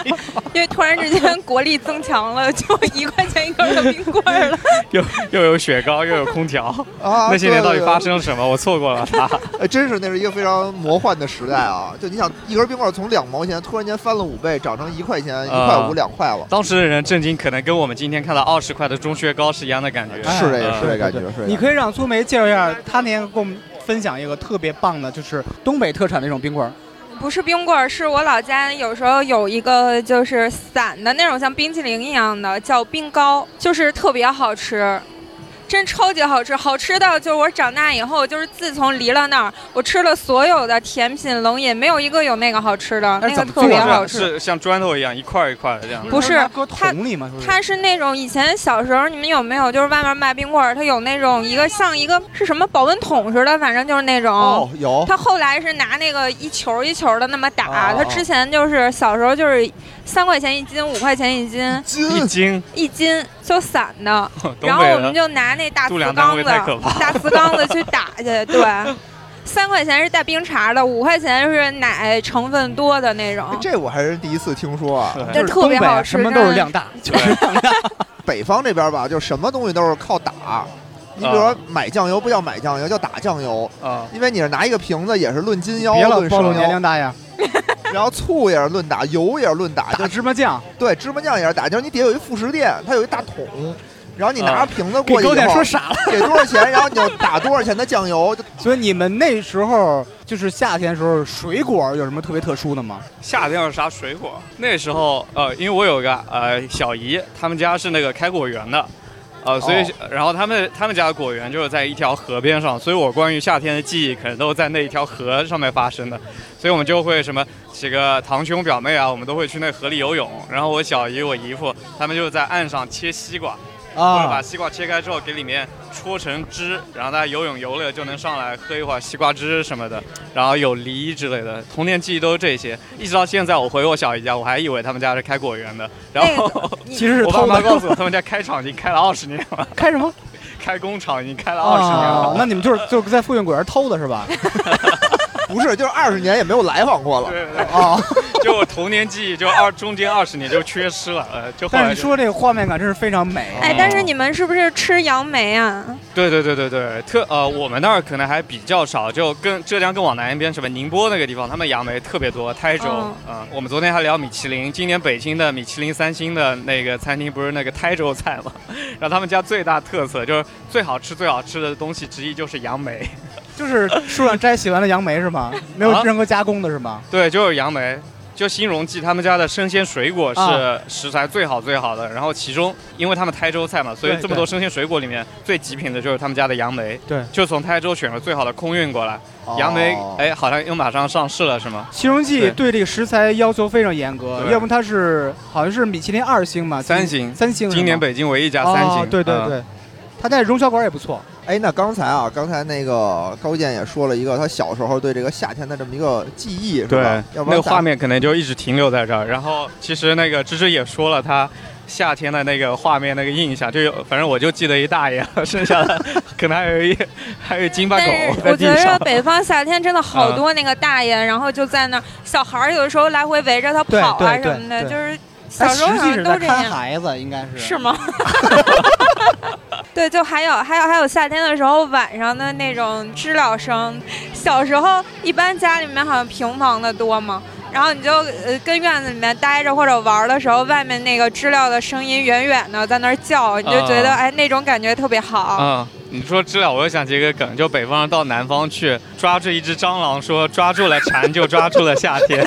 Speaker 5: 因为突然之间国力增强了，就一块钱一根的冰棍儿了。
Speaker 2: 啊又又有雪糕又有空 调，
Speaker 3: 啊，
Speaker 2: 那些年到底
Speaker 3: 对
Speaker 2: 发生了什么？我错过了啊它。
Speaker 3: 哎，真是那是一个非常魔幻的时代啊！就你想，一根冰棍儿从两毛钱突然间翻了五倍，涨成一块钱、一块
Speaker 4: 啊
Speaker 3: 五、两块了，
Speaker 2: 当时的人震惊，可能跟我们今天看到二十块的中靴高是一样的感觉。
Speaker 4: 哎
Speaker 3: 是这个，
Speaker 2: 嗯
Speaker 3: 是这感觉
Speaker 4: 对，
Speaker 3: 是这
Speaker 4: 你
Speaker 3: 个。
Speaker 4: 可以让苏梅介绍一下，她那天给我们分享一个特别棒的，就是东北特产的那种冰棍儿。
Speaker 5: 不是冰棍儿，是我老家有时候有一个就是散的那种，像冰淇淋一样的，叫冰糕，就是特别好吃。真超级好吃，好吃到就是我长大以后，就是自从离了那儿，我吃了所有的甜品冷饮，没有一个有那个好吃的，
Speaker 4: 哎
Speaker 5: 那个
Speaker 4: 怎么
Speaker 5: 特别
Speaker 4: 做的
Speaker 5: 好
Speaker 2: 是
Speaker 5: 吃。
Speaker 2: 是像砖头一样一块儿一块儿的这样。
Speaker 5: 不是
Speaker 4: 让它搁
Speaker 5: 它
Speaker 4: 桶里吗？是不是
Speaker 5: 它是那种以前小时候你们有没有就是外面卖冰棍儿，它有那种一个像一个是什么保温桶似的，反正就是那种。
Speaker 3: 哦，有
Speaker 5: 他后来是拿那个一球一球的那么打，
Speaker 3: 哦
Speaker 5: 他之前就是小时候就是三块钱一斤，五块钱一斤，
Speaker 2: 一
Speaker 3: 金
Speaker 2: 斤，
Speaker 5: 一斤就散的，
Speaker 2: 东
Speaker 5: 嗯然后
Speaker 2: 北
Speaker 5: 我
Speaker 2: 的
Speaker 5: 们就拿那大
Speaker 2: 度
Speaker 5: 瓷
Speaker 2: 量单
Speaker 5: 缸
Speaker 2: 位
Speaker 5: 子
Speaker 2: 太可怕，
Speaker 5: 大瓷缸子去打去，对。三块钱是带冰碴的，五块钱是奶成分多的那种，
Speaker 3: 哎这我还是第一次听说啊。
Speaker 2: 对
Speaker 5: 这
Speaker 4: 就是
Speaker 5: 特别
Speaker 4: 东北
Speaker 5: 好吃
Speaker 4: 什么都是
Speaker 5: 真的
Speaker 4: 量大，就是
Speaker 3: 北方这边吧，就什么东西都是靠打。你比如
Speaker 4: 啊
Speaker 3: 说买酱油不叫买酱油，叫打酱油，
Speaker 2: 啊，
Speaker 3: 因为你是拿一个瓶子，也是论斤 腰、
Speaker 4: 别老
Speaker 3: 论
Speaker 4: 暴露
Speaker 3: 升
Speaker 4: 年
Speaker 3: 腰
Speaker 4: 龄，大呀。
Speaker 3: 然后醋也是论打，油也是论打，
Speaker 4: 打
Speaker 3: 就
Speaker 4: 芝麻酱，
Speaker 3: 对芝麻酱也是打，就是你底下有一副食店，它有一大桶，然后你拿
Speaker 2: 啊
Speaker 3: 着瓶子
Speaker 4: 给
Speaker 3: 过去
Speaker 4: 狗
Speaker 3: 以
Speaker 4: 点
Speaker 3: 后
Speaker 4: 说，傻了。
Speaker 3: 给多少钱，然后你就打多少钱的酱油，就
Speaker 4: 所以你们那时候就是夏天的时候，水果有什么特别特殊的吗？
Speaker 2: 夏天有啥水果？那时候呃，因为我有一个呃小姨，他们家是那个开果园的。呃，所以、然后他们他们家的果园就是在一条河边上，所以我关于夏天的记忆可能都在那一条河上面发生的，所以我们就会什么几个堂兄表妹啊，我们都会去那河里游泳，然后我小姨我姨夫他们就在岸上切西瓜，或者把
Speaker 4: 啊，
Speaker 2: 西瓜切开之后给里面戳成汁，然后大家游泳游了就能上来喝一会儿西瓜汁什么的，然后有梨之类的，童年记忆都是这些。一直到现在我回我小姨家，我还以为他们家是开果园的， 然后
Speaker 5: 你
Speaker 4: 其实是
Speaker 2: 我爸
Speaker 4: 偷
Speaker 2: 妈
Speaker 4: 的。
Speaker 2: 告诉我他们家开厂已经开了二十年了，
Speaker 4: 开什么？
Speaker 2: 开工厂已经开了二十年
Speaker 4: 啊
Speaker 2: 了。，
Speaker 4: 那你们就是就是在复运果园偷的是吧？
Speaker 3: 不是，就是二十年也没有来访过了。
Speaker 2: 对对
Speaker 4: 啊，
Speaker 2: 对， 就我童年记忆就二中间二十年就缺失了，呃，就后
Speaker 4: 但是
Speaker 2: 来
Speaker 4: 你
Speaker 2: 就
Speaker 4: 说这个画面感真是非常美。
Speaker 5: 哎，但是你们是不是吃杨梅啊？
Speaker 2: 对对对对对，特呃，我们那儿可能还比较少，就跟浙江更往南一边，什么宁波那个地方，他们杨梅特别多，台州
Speaker 5: 嗯
Speaker 2: 啊、我们昨天还聊米其林，今年北京的米其林三星的那个餐厅不是那个台州菜吗？ 然后他们家最大特色就是最好吃最好吃的东西之一就是杨梅，
Speaker 4: 就是树上摘洗完的杨梅是吗？没有任何加工的是吗？
Speaker 2: 对，就是杨梅。就新荣记他们家的生鲜水果是
Speaker 4: 啊
Speaker 2: 食材最好最好的，然后其中因为他们台州菜嘛，所以
Speaker 4: 对
Speaker 2: 这么
Speaker 4: 对
Speaker 2: 多生鲜水果里面最极品的就是他们家的杨梅，
Speaker 4: 对
Speaker 2: 就从台州选了最好的空运过来。杨梅
Speaker 3: 哦，
Speaker 2: 哎，好像又马上上市了，是吗？
Speaker 4: 西荣记
Speaker 2: 对
Speaker 4: 对这个食材要求非常严格，
Speaker 2: 对
Speaker 4: 要不它是好像是米其林二星嘛，
Speaker 2: 三星
Speaker 4: 三星是吗。
Speaker 2: 今年北京唯一一家三
Speaker 4: 哦
Speaker 2: 星，
Speaker 4: 对对
Speaker 2: 嗯，
Speaker 4: 对，它在荣小馆也不错。
Speaker 3: 哎，那刚才啊，刚才那个高健也说了一个他小时候对这个夏天的这么一个记忆，是吧？要不
Speaker 2: 那
Speaker 3: 然
Speaker 2: 个
Speaker 3: 咱
Speaker 2: 画面可能就一直停留在这儿。然后其实那个芝芝也说了，她夏天的那个画面那个印象，就有，反正我就记得一大爷，剩下的 可能还有一还有一金巴
Speaker 5: 但
Speaker 2: 狗
Speaker 5: 是
Speaker 2: 在
Speaker 5: 我觉
Speaker 2: 地
Speaker 5: 得
Speaker 2: 上。
Speaker 5: 北方夏天真的好多那个大爷，然后就在那儿，小孩儿有的时候来回围着他
Speaker 4: 对
Speaker 5: 跑啊
Speaker 4: 对
Speaker 5: 什么的，
Speaker 4: 对
Speaker 5: 就是
Speaker 4: 它
Speaker 5: 小时候
Speaker 4: 实
Speaker 5: 好
Speaker 4: 际
Speaker 5: 像
Speaker 4: 是
Speaker 5: 都
Speaker 4: 在
Speaker 5: 这
Speaker 4: 看
Speaker 5: 样，
Speaker 4: 孩子，应该是
Speaker 5: 是 吗？对，就还有还有还有夏天的时候晚上的那种知了声，小时候一般家里面好像平房的多嘛，然后你就呃跟院子里面待着或者玩儿的时候，外面那个知了的声音远远的在那儿叫，你就觉得、
Speaker 2: 啊
Speaker 5: 哎那种感觉特别好。
Speaker 2: 嗯，你说知了，我又想起一个梗，就北方人到南方去抓住一只蟑螂，说抓住了蝉就抓住了夏 天。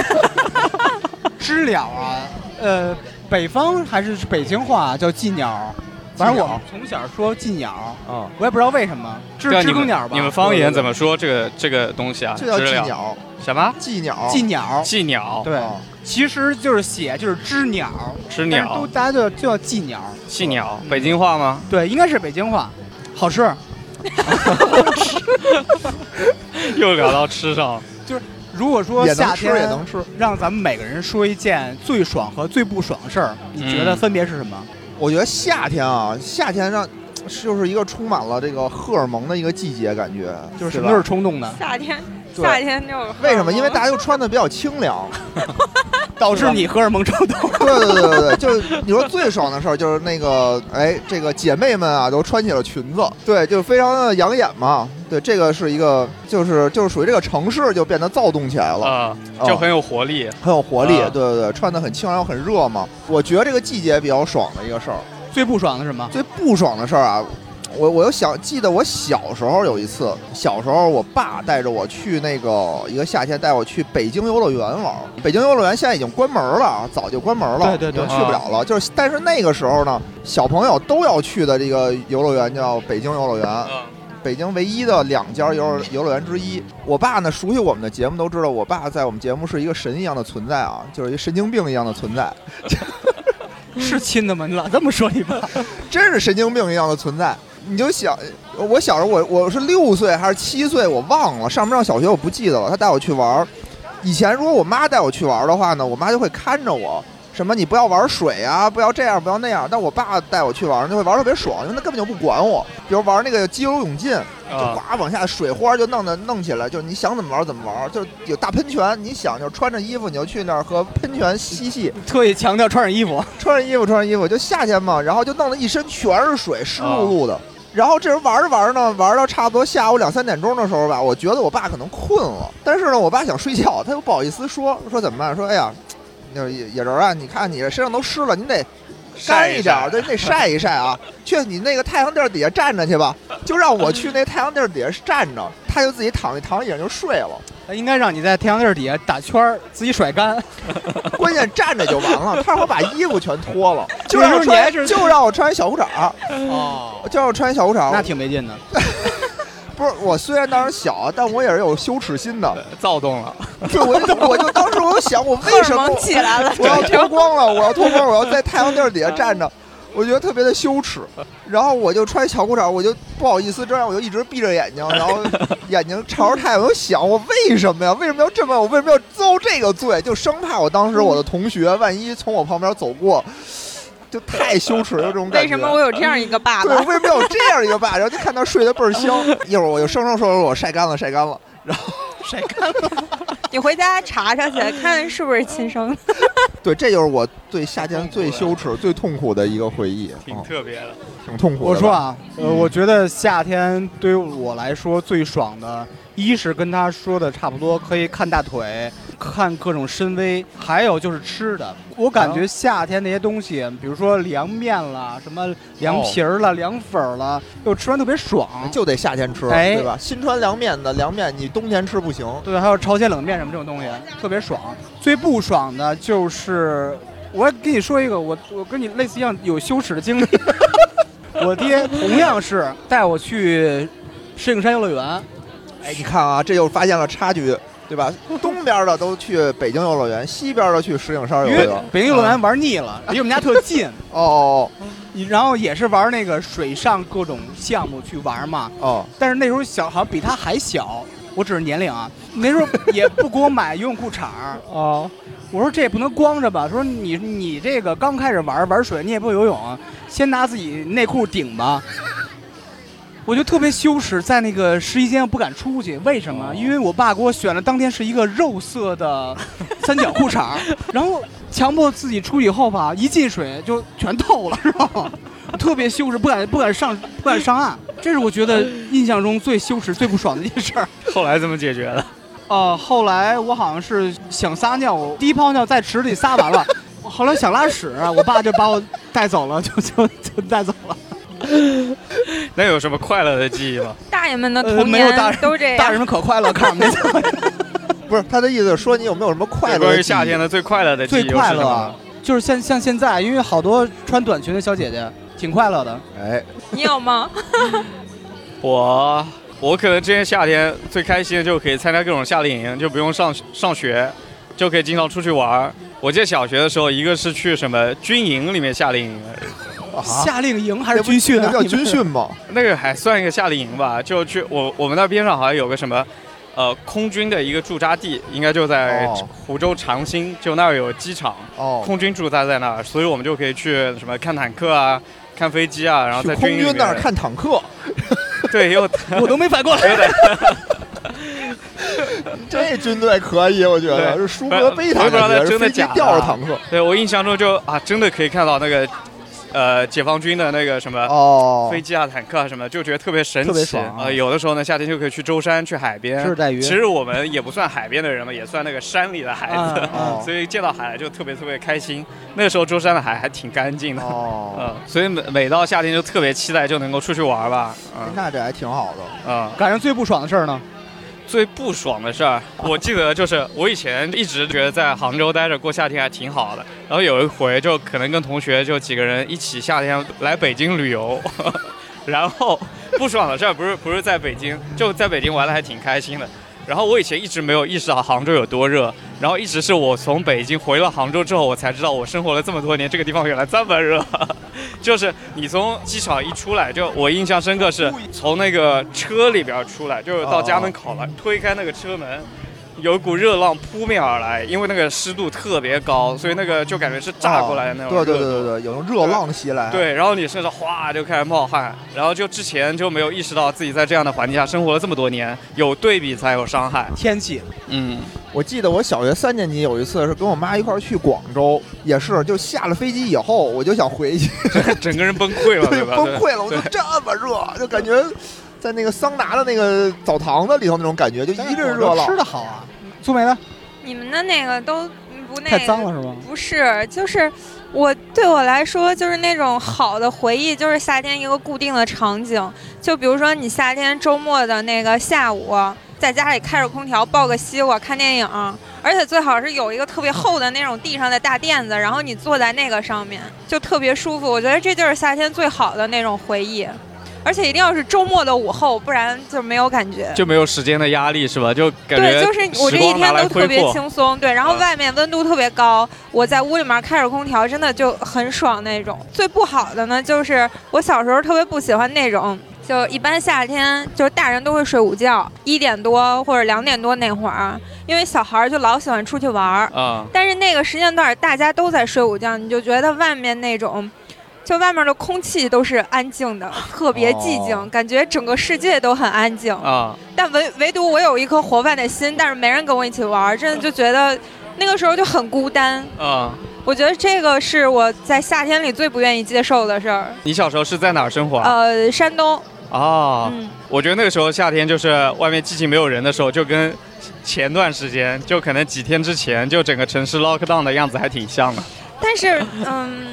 Speaker 4: 知了啊，呃，北方还是北京话叫寄鸟，反正我们从小说寄鸟，
Speaker 3: 啊，
Speaker 4: 我也不知道为什么，知
Speaker 2: 对啊
Speaker 4: 知
Speaker 2: 你
Speaker 4: 更
Speaker 2: 们
Speaker 4: 鸟吧？
Speaker 2: 你们方言怎么说这个这个东西啊？
Speaker 3: 这叫
Speaker 2: 知
Speaker 3: 寄
Speaker 2: 了
Speaker 3: 鸟，
Speaker 2: 什么？
Speaker 3: 寄鸟，
Speaker 4: 寄哦鸟？
Speaker 2: 寄鸟、
Speaker 4: 对
Speaker 3: 啊，
Speaker 4: 其实就是写就是知鸟，
Speaker 2: 知
Speaker 4: 但是都
Speaker 2: 鸟、
Speaker 4: 大家就就叫寄鸟，
Speaker 2: 寄鸟，北京话吗？
Speaker 4: 对，应该是北京话，好吃。
Speaker 2: 又聊到吃上了。
Speaker 4: 如果说
Speaker 3: 也能
Speaker 4: 夏
Speaker 3: 吃
Speaker 4: 天
Speaker 3: 也能吃。
Speaker 4: 让咱们每个人说一件最爽和最不爽的事儿，你觉得
Speaker 2: 嗯
Speaker 4: 分别是什么？
Speaker 3: 我觉得夏天啊，夏天让是就是一个充满了这个荷尔蒙的一个季节，感觉
Speaker 4: 就是什
Speaker 3: 对
Speaker 4: 么
Speaker 3: 吧
Speaker 4: 都是冲动的，
Speaker 5: 夏天，
Speaker 3: 对
Speaker 5: 夏天就
Speaker 3: 为什么？因为大家又穿的比较清凉。
Speaker 4: 导致你荷尔蒙冲动。
Speaker 3: 对对对对对，就是你说最爽的事儿就是那个，哎，这个姐妹们啊都穿起了裙子，对，就非常的养眼嘛。对，这个是一个，就是就是属于这个城市就变得躁动起来了，
Speaker 2: 啊、就很有活力。
Speaker 3: 很有活力。
Speaker 2: 啊
Speaker 3: 对对对，穿的很清凉，很热嘛。我觉得这个季节比较爽的一个事儿。
Speaker 4: 最不爽的是什么？
Speaker 3: 最不爽的事儿啊，我我又想记得我小时候有一次，小时候我爸带着我去那个一个夏天带我去北京游乐园玩儿。北京游乐园现在已经关门了，啊早就关门了，
Speaker 4: 对对对啊
Speaker 3: 已经去不了了。就是但是那个时候呢，小朋友都要去的这个游乐园叫北京游乐园，
Speaker 2: 嗯
Speaker 3: 北京唯一的两家游游乐园之一。我爸呢，熟悉我们的节目都知道，我爸在我们节目是一个神一样的存在啊，就是一神经病一样的存在。
Speaker 4: 是亲的吗？你老这么说你爸，
Speaker 3: 真是神经病一样的存在。你就想，我小时候我我是六岁还是七岁，我忘了上不上小学我不记得了。他带我去玩儿，以前如果我妈带我去玩儿的话呢，我妈就会看着我，什么你不要玩水啊，不要这样，不要那样。但我爸带我去玩儿，就会玩儿特别爽，因为他根本就不管我。比如玩儿那个激流勇进，就
Speaker 2: 啊、
Speaker 3: 呱往下水花就弄的弄起来，就是你想怎么玩儿怎么玩儿，就是有大喷泉，你想就穿着衣服你就去那儿和喷泉嬉戏。
Speaker 4: 特意强调穿上衣服。
Speaker 3: 穿上衣服，穿上衣服，就夏天嘛，然后就弄得一身全是水，湿漉漉
Speaker 4: 啊
Speaker 3: 的。然后这人玩着玩着呢，玩到差不多下午两三点钟的时候吧，我觉得我爸可能困了，但是呢，我爸想睡觉，他又不好意思说，说怎么办？说哎呀，那野野人啊，你看你身上都湿了，你得干
Speaker 2: 晒一
Speaker 3: 点
Speaker 2: 晒
Speaker 3: 儿，对，你得晒一晒 啊。去你那个太阳地儿底下站着去吧，就让我去那太阳地儿底下站着，他就自己躺一躺椅上就睡了。
Speaker 4: 应该让你在太阳地儿底下打圈儿，自己甩干。
Speaker 3: 关键站着就完了，他让我把衣服全 脱了，就
Speaker 4: 你
Speaker 3: 让我
Speaker 4: 说你还
Speaker 3: 穿，
Speaker 4: 是
Speaker 3: 就让我穿小裤衩儿。
Speaker 2: 啊
Speaker 4: 哦，
Speaker 3: 就要穿小裤
Speaker 4: 那
Speaker 3: 衩。
Speaker 4: 挺没劲的。
Speaker 3: 不是我虽然当时小，但我也是有羞耻心的。
Speaker 2: 躁动了。
Speaker 3: 对，我就我就当时我就想，我
Speaker 5: 荷
Speaker 3: 为 什
Speaker 5: 尔
Speaker 3: 么
Speaker 5: 蒙起来了？
Speaker 3: 我要脱光了？我要脱光了，我要在太阳地儿底下站
Speaker 4: 嗯
Speaker 3: 着。我觉得特别的羞耻，然后我就穿小裤衩，我就不好意思这样，我就一直闭着眼睛，然 后眼睛朝着太阳，我就想我为什么呀？为什么要这么？我为什么要遭这个罪？就生怕我当时我的同学万一从我旁边走过，就太羞耻了，这种感觉。
Speaker 5: 为什么我有这样一个爸
Speaker 3: 对
Speaker 5: 爸，？
Speaker 3: 为什么有这样一个爸？然后就看他睡得倍儿香，一会儿我就生生说说我晒干了，晒干了。
Speaker 5: 你回家查查去，看是不是亲生的。
Speaker 3: 对，这就是我对夏天最羞耻、最痛苦的一个回忆，
Speaker 2: 挺
Speaker 3: 嗯
Speaker 2: 特别的，
Speaker 3: 挺痛苦的。
Speaker 4: 我说，啊，呃，我觉得夏天对于我来说最爽的，一是跟他说的差不多，可以看大腿，看各种深 V，还有就是吃的。我感
Speaker 3: 啊
Speaker 4: 觉夏天那些东西，比如说凉面啦，什么凉
Speaker 3: 哦
Speaker 4: 皮儿啦、凉粉儿啦，又吃完特别爽。
Speaker 3: 就得夏天吃，
Speaker 4: 哎
Speaker 3: 对吧？新川凉面的凉面，你冬天吃不行。
Speaker 4: 对，还有朝鲜冷面什么这种东西，特别爽。最不爽的就是，我跟你说一个，我我跟你类似一样有羞耻的经历。 我爹同样是带我去石景山游乐园，
Speaker 3: 哎，你看啊，这又发现了差距，对吧？东边的都去北京游乐园，西边的去石景山游
Speaker 4: 因
Speaker 3: 乐
Speaker 4: 为
Speaker 3: 园。
Speaker 4: 北京游乐园玩腻了，离我们家特近，
Speaker 3: 哦
Speaker 4: 你然后也是玩那个水上各种项目去玩嘛。
Speaker 3: 哦哦，
Speaker 4: 但是那时候小，好像比他还小，我只是年龄啊，那时候也不给我买游泳裤衩儿。
Speaker 1: Oh.
Speaker 4: 我说这也不能光着吧，说你你这个刚开始玩玩水，你也不会游泳，先拿自己内裤顶吧。我就特别羞耻，在那 个试衣间不敢出去，为什么？因为我爸给我选了当天是一个肉色的 三角裤衩 儿，然后强迫自己出去以后吧，一进水就全透了，是吧？我特别羞耻，不敢不敢上不敢上岸。这是我觉得印象中最羞耻、最不爽的一件事儿。
Speaker 2: 后来怎么解决的？
Speaker 4: 呃，后来我好像是想撒尿，我第一泡尿在池里撒完 了，我后来想拉屎，我爸就把我带走了，就就就带走了。
Speaker 2: 那有什么快乐的记忆吗？
Speaker 5: 大人们的
Speaker 4: 呃
Speaker 5: 童
Speaker 4: 没有
Speaker 5: 年
Speaker 4: 大人
Speaker 5: 都这
Speaker 4: 大
Speaker 5: 样
Speaker 4: 人。们可快乐，看我们这
Speaker 3: 不是他的意思，说你有没有什么快乐的
Speaker 2: 关
Speaker 3: 记
Speaker 2: 于
Speaker 3: 忆
Speaker 2: 夏天的最快
Speaker 3: 呃
Speaker 2: 乐的记忆
Speaker 4: 最
Speaker 2: 又是
Speaker 4: 快
Speaker 2: 什
Speaker 4: 乐啊
Speaker 2: 么？，
Speaker 4: 就是像像现在，因为好多穿短裙的小姐姐挺快乐的。
Speaker 3: 哎，
Speaker 5: 你有吗？
Speaker 2: 我我可能之前夏天最开心的就是可以参加各种夏令营，就不用上上学，就可以经常出去玩儿。我记得小学的时候，一个是去什么军营里面夏令营，
Speaker 3: 啊
Speaker 4: 夏令营还
Speaker 3: 那
Speaker 4: 是
Speaker 3: 不
Speaker 4: 军训啊？
Speaker 3: 那不叫
Speaker 4: 你们
Speaker 3: 军训吗？
Speaker 2: 那个还算一个夏令营吧，就去我我们那边上好像有个什么。呃，空军的一个驻扎地应该就在
Speaker 3: 哦
Speaker 2: 湖州长兴，就那儿有机场，
Speaker 3: 哦，
Speaker 2: 空军驻扎在那儿，所以我们就可以去什么看坦克啊、看飞机啊，然后在
Speaker 3: 去空
Speaker 2: 军营里
Speaker 3: 军那儿
Speaker 2: 面
Speaker 3: 看啊坦克，
Speaker 2: 对， 又
Speaker 4: 我都没反过来。
Speaker 3: 哎
Speaker 2: 对
Speaker 3: 这军队可以，我觉得
Speaker 2: 对
Speaker 3: 是舒格贝
Speaker 2: 我
Speaker 3: 塔
Speaker 2: 也不知道
Speaker 3: 感觉，
Speaker 2: 他
Speaker 3: 是
Speaker 2: 真的
Speaker 3: 飞机
Speaker 2: 假的啊
Speaker 3: 吊着坦克。
Speaker 2: 对我印象中就啊，真的可以看到那个呃解放军的那个什么。
Speaker 3: 哦，
Speaker 2: 飞机啊、坦克啊什么的，就觉得特别神奇。
Speaker 4: 特别爽啊
Speaker 2: 呃，有的时候呢，夏天就可以去舟山、去海边。
Speaker 4: 吃着带鱼
Speaker 2: 其实我们也不算海边的人嘛，也算那个山里的孩子，
Speaker 4: 啊
Speaker 3: 哦
Speaker 2: 所以见到海就特别特别开心。那时候舟山的海还挺干净的，
Speaker 3: 哦，
Speaker 2: 嗯，所以每每到夏天就特别期待就能够出去玩吧，嗯
Speaker 3: 那这还挺好的。
Speaker 2: 嗯。
Speaker 4: 赶上最不爽的事儿呢，
Speaker 2: 最不爽的事儿，我记得就是我以前一直觉得在杭州待着过夏天还挺好的，然后有一回就可能跟同学就几个人一起夏天来北京旅游，然后不爽的事儿不是不是在北京，就在北京玩的还挺开心的。然后我以前一直没有意识到杭州有多热，然后一直是我从北京回了杭州之后，我才知道我生活了这么多年，这个地方原来这么热。 就是你从机场一出来，就我印象深刻是从那个车里边出来，就是到家门口
Speaker 3: 哦
Speaker 2: 了，推开那个车门，有一股热浪扑面而来，因为那个湿度特别高，所以那个就感觉是炸过来的那种
Speaker 3: 哦对
Speaker 2: 热度。
Speaker 3: 对对对对，有热浪袭来。，
Speaker 2: 对，然后你身上哗就开始冒汗，然后就之前就没有意识到自己在这样的环境下生活了这么多年，有对比才有伤害。
Speaker 4: 天气
Speaker 2: 嗯，
Speaker 3: 我记得我小学三年级有一次是跟我妈一块儿去广州，也是就下了飞机以后，我就想回去，
Speaker 2: 整个人崩溃 了，对吧？
Speaker 3: 崩溃了，我
Speaker 2: 对
Speaker 3: 就这么热，就感觉在那个桑拿的那个澡堂子里头那种感觉，就一阵热
Speaker 4: 我
Speaker 3: 浪
Speaker 4: 吃。的好啊。苏梅呢？
Speaker 5: 你们的那个都不那个，
Speaker 4: 太脏了是吗？
Speaker 5: 不是，就是我对我来说，就是那种好的回忆，就是夏天一个固定的场景。就比如说你夏天周末的那个下午，在家里开着空调，抱个西瓜看电影，而且最好是有一个特别厚的那种地上的大垫子，然后你坐在那个上面，就特别舒服。我觉得这就是夏天最好的那种回忆。而且一定要是周末的午后，不然就没有感觉。
Speaker 2: 就没有时间的压力是吧？就感觉
Speaker 5: 对，就是我这
Speaker 2: 时
Speaker 5: 一
Speaker 2: 光拿
Speaker 5: 天
Speaker 2: 来
Speaker 5: 都特
Speaker 2: 挥
Speaker 5: 别
Speaker 2: 霍。
Speaker 5: 轻松，对，然后
Speaker 2: 嗯
Speaker 5: 外面温度特别高，我在屋里面开着空调，真的就很爽那种。最不好的呢，就是我小时候特别不喜欢那种，就一般夏天就是大人都会睡午觉，一点多或者两点多那会儿，因为小孩儿就老喜欢出去玩儿，
Speaker 2: 啊、
Speaker 5: 但是那个时间段儿大家都在睡午觉，你就觉得外面那种。就外面的空气都是安静的，特别寂静，
Speaker 3: 哦
Speaker 5: 感觉整个世界都很安静。
Speaker 2: 啊！
Speaker 5: 但唯唯独我有一颗活泛的心，但是没人跟我一起玩儿，真的就觉得那个时候就很孤单。
Speaker 2: 啊！
Speaker 5: 我觉得这个是我在夏天里最不愿意接受的事儿。
Speaker 2: 你小时候是在哪儿生活啊？
Speaker 5: 呃，山东，
Speaker 2: 啊，
Speaker 5: 嗯，
Speaker 2: 我觉得那个时候夏天就是外面寂静没有人的时候，就跟前段时间，就可能几天之前，就整个城市 lock down 的样子还挺像的。
Speaker 5: 但是嗯。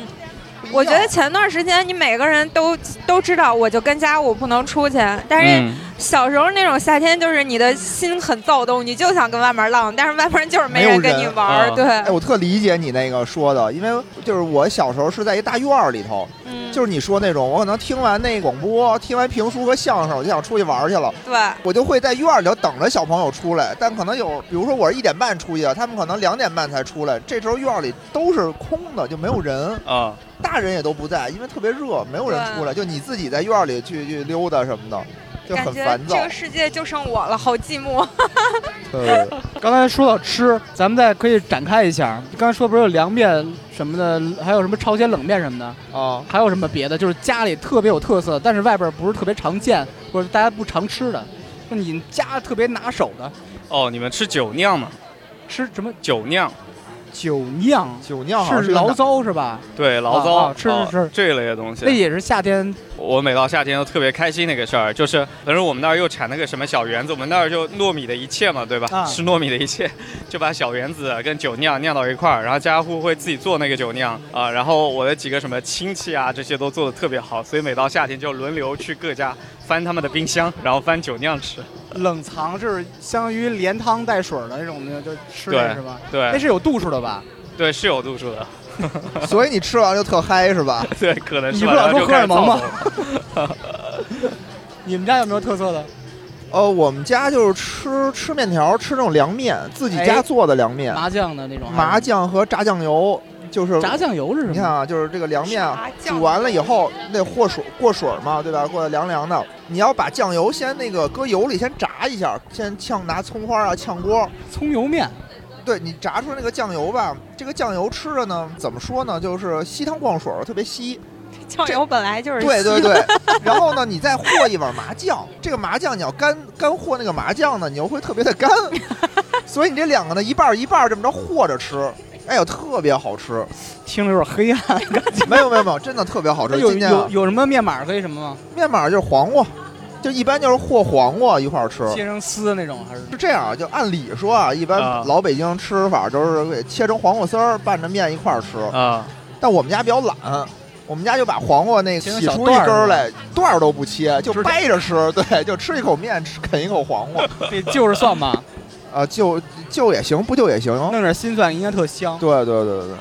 Speaker 5: 我觉得前段时间你每个人都都知道，我就跟家我不能出去。但是
Speaker 2: 嗯，
Speaker 5: 小时候那种夏天，就是你的心很躁动，你就想跟外面浪，但是外面就是没
Speaker 3: 没有
Speaker 5: 人跟
Speaker 3: 人
Speaker 5: 你玩
Speaker 2: 啊
Speaker 5: 儿。对，
Speaker 3: 哎，我特理解你那个说的，因为就是我小时候是在一大院儿里头，
Speaker 5: 嗯，
Speaker 3: 哎就是你说那种，我可能听完那广播，听完评书和相声，我就想出去玩儿去了。
Speaker 5: 对，
Speaker 3: 我就会在院儿里头等着小朋友出来，但可能有，比如说我是一点半出去啊的，他们可能两点半才出来。这时候院儿里都是空的，就没有人，
Speaker 2: 啊，
Speaker 3: 大人也都不在，因为特别热，没有人出来，就你自己在院儿里去去溜达什么的，就
Speaker 5: 感
Speaker 3: 很
Speaker 5: 觉
Speaker 3: 烦
Speaker 5: 这
Speaker 3: 躁。
Speaker 5: 个世界就剩我了，好寂寞。
Speaker 3: 对，
Speaker 4: 刚才说到吃，咱们再可以展开一下。刚才说不是有凉面什么的，还有什么朝鲜冷面什么的，
Speaker 3: 啊，
Speaker 4: 还有什么别的，就是家里特别有特色，但是外边儿不是特别常见，或者大家不常吃的。那你家特别拿手的，
Speaker 2: 哦，你们吃酒酿吗？
Speaker 4: 吃什么
Speaker 2: 酒酿，
Speaker 4: 酒酿？
Speaker 3: 酒酿好像
Speaker 4: 是
Speaker 3: 个
Speaker 4: 醪
Speaker 3: 哪
Speaker 4: 糟是吧？
Speaker 2: 对，醪糟、
Speaker 4: 啊啊吃
Speaker 2: 哦
Speaker 4: 吃吃
Speaker 2: 这一类的东
Speaker 4: 那
Speaker 2: 西。
Speaker 4: 也是夏天
Speaker 2: 我每到夏天都特别开心那个事儿，就是反正我们那儿又产那个什么小圆子，我们那儿就糯米的一切嘛，对吧？
Speaker 4: 啊
Speaker 2: 是糯米的一切， 就把小圆子啊跟酒酿酿到一块儿，然后家家户户会自己做那个酒酿啊、然后我的几个什么亲戚啊，这些都做的特别好，所以每到夏天就轮流去各家翻他们的冰箱，然后翻酒酿吃。
Speaker 4: 冷藏就是相当于连汤带水的那种的，就吃
Speaker 2: 对
Speaker 4: 那是吧？那
Speaker 2: 对
Speaker 4: 是有度数的吧？
Speaker 2: 对，是有度数的，
Speaker 3: 所以你吃完就特嗨是吧？
Speaker 2: 对，可能是
Speaker 4: 你
Speaker 2: 吧。
Speaker 4: 不老
Speaker 2: 然
Speaker 4: 说
Speaker 2: 后就
Speaker 4: 荷
Speaker 2: 开
Speaker 4: 尔
Speaker 2: 始
Speaker 4: 蒙
Speaker 2: 造
Speaker 4: 吗
Speaker 2: 头了
Speaker 4: 你们家有没有特色的？
Speaker 3: 呃，我们家就是吃吃面条，吃那种凉面，自己
Speaker 4: 哎
Speaker 3: 家做的凉面，
Speaker 4: 麻酱的那种
Speaker 3: 麻酱和炸酱油，就是
Speaker 4: 炸酱油是什么？
Speaker 3: 你看啊，就是这个凉面啊
Speaker 5: 炸酱
Speaker 3: 煮完了以后，那和水过水嘛，对吧？过得凉凉的。你要把酱油先那个搁油里先炸一下，先呛拿葱花啊炝锅，
Speaker 4: 葱油面，
Speaker 3: 对你炸出来那个酱油吧，这个酱油吃着呢，怎么说呢？就是稀汤灌水，特别 稀。
Speaker 5: 酱油本来就是
Speaker 3: 对对
Speaker 5: 稀的
Speaker 3: 对。然后呢，你再和一碗麻酱，这个麻酱你要干干和那个麻酱呢，你又会特别 的干，所以你这两个呢一半儿一半儿这么着和着吃。哎呦，特别好吃！
Speaker 4: 听着有点黑啊 暗。
Speaker 3: 没有没有没有，真的特别好吃。
Speaker 4: 有
Speaker 3: 今天、啊
Speaker 4: 有、有什么面码可以什么吗？
Speaker 3: 面码就是黄瓜，就一般就是和黄瓜一块儿吃。
Speaker 4: 切成丝的那种 还是？
Speaker 3: 是这样啊，就按理说啊，一般
Speaker 2: 啊
Speaker 3: 老北京吃法都是给切成黄瓜丝儿拌着面一块儿吃，
Speaker 2: 啊、
Speaker 3: 但我们家比较懒，我们家就把黄瓜那个
Speaker 4: 切成
Speaker 3: 洗
Speaker 4: 小
Speaker 3: 出一
Speaker 4: 段儿
Speaker 3: 根儿
Speaker 4: 是吧
Speaker 3: 来，段儿都不切，就
Speaker 4: 直接
Speaker 3: 掰着吃， 对，就吃一口面，吃啃一口黄 瓜，
Speaker 4: 这就是蒜吧，
Speaker 3: 啊，就就也行，不就也行。
Speaker 4: 弄点新蒜应该特香。
Speaker 3: 对对对对，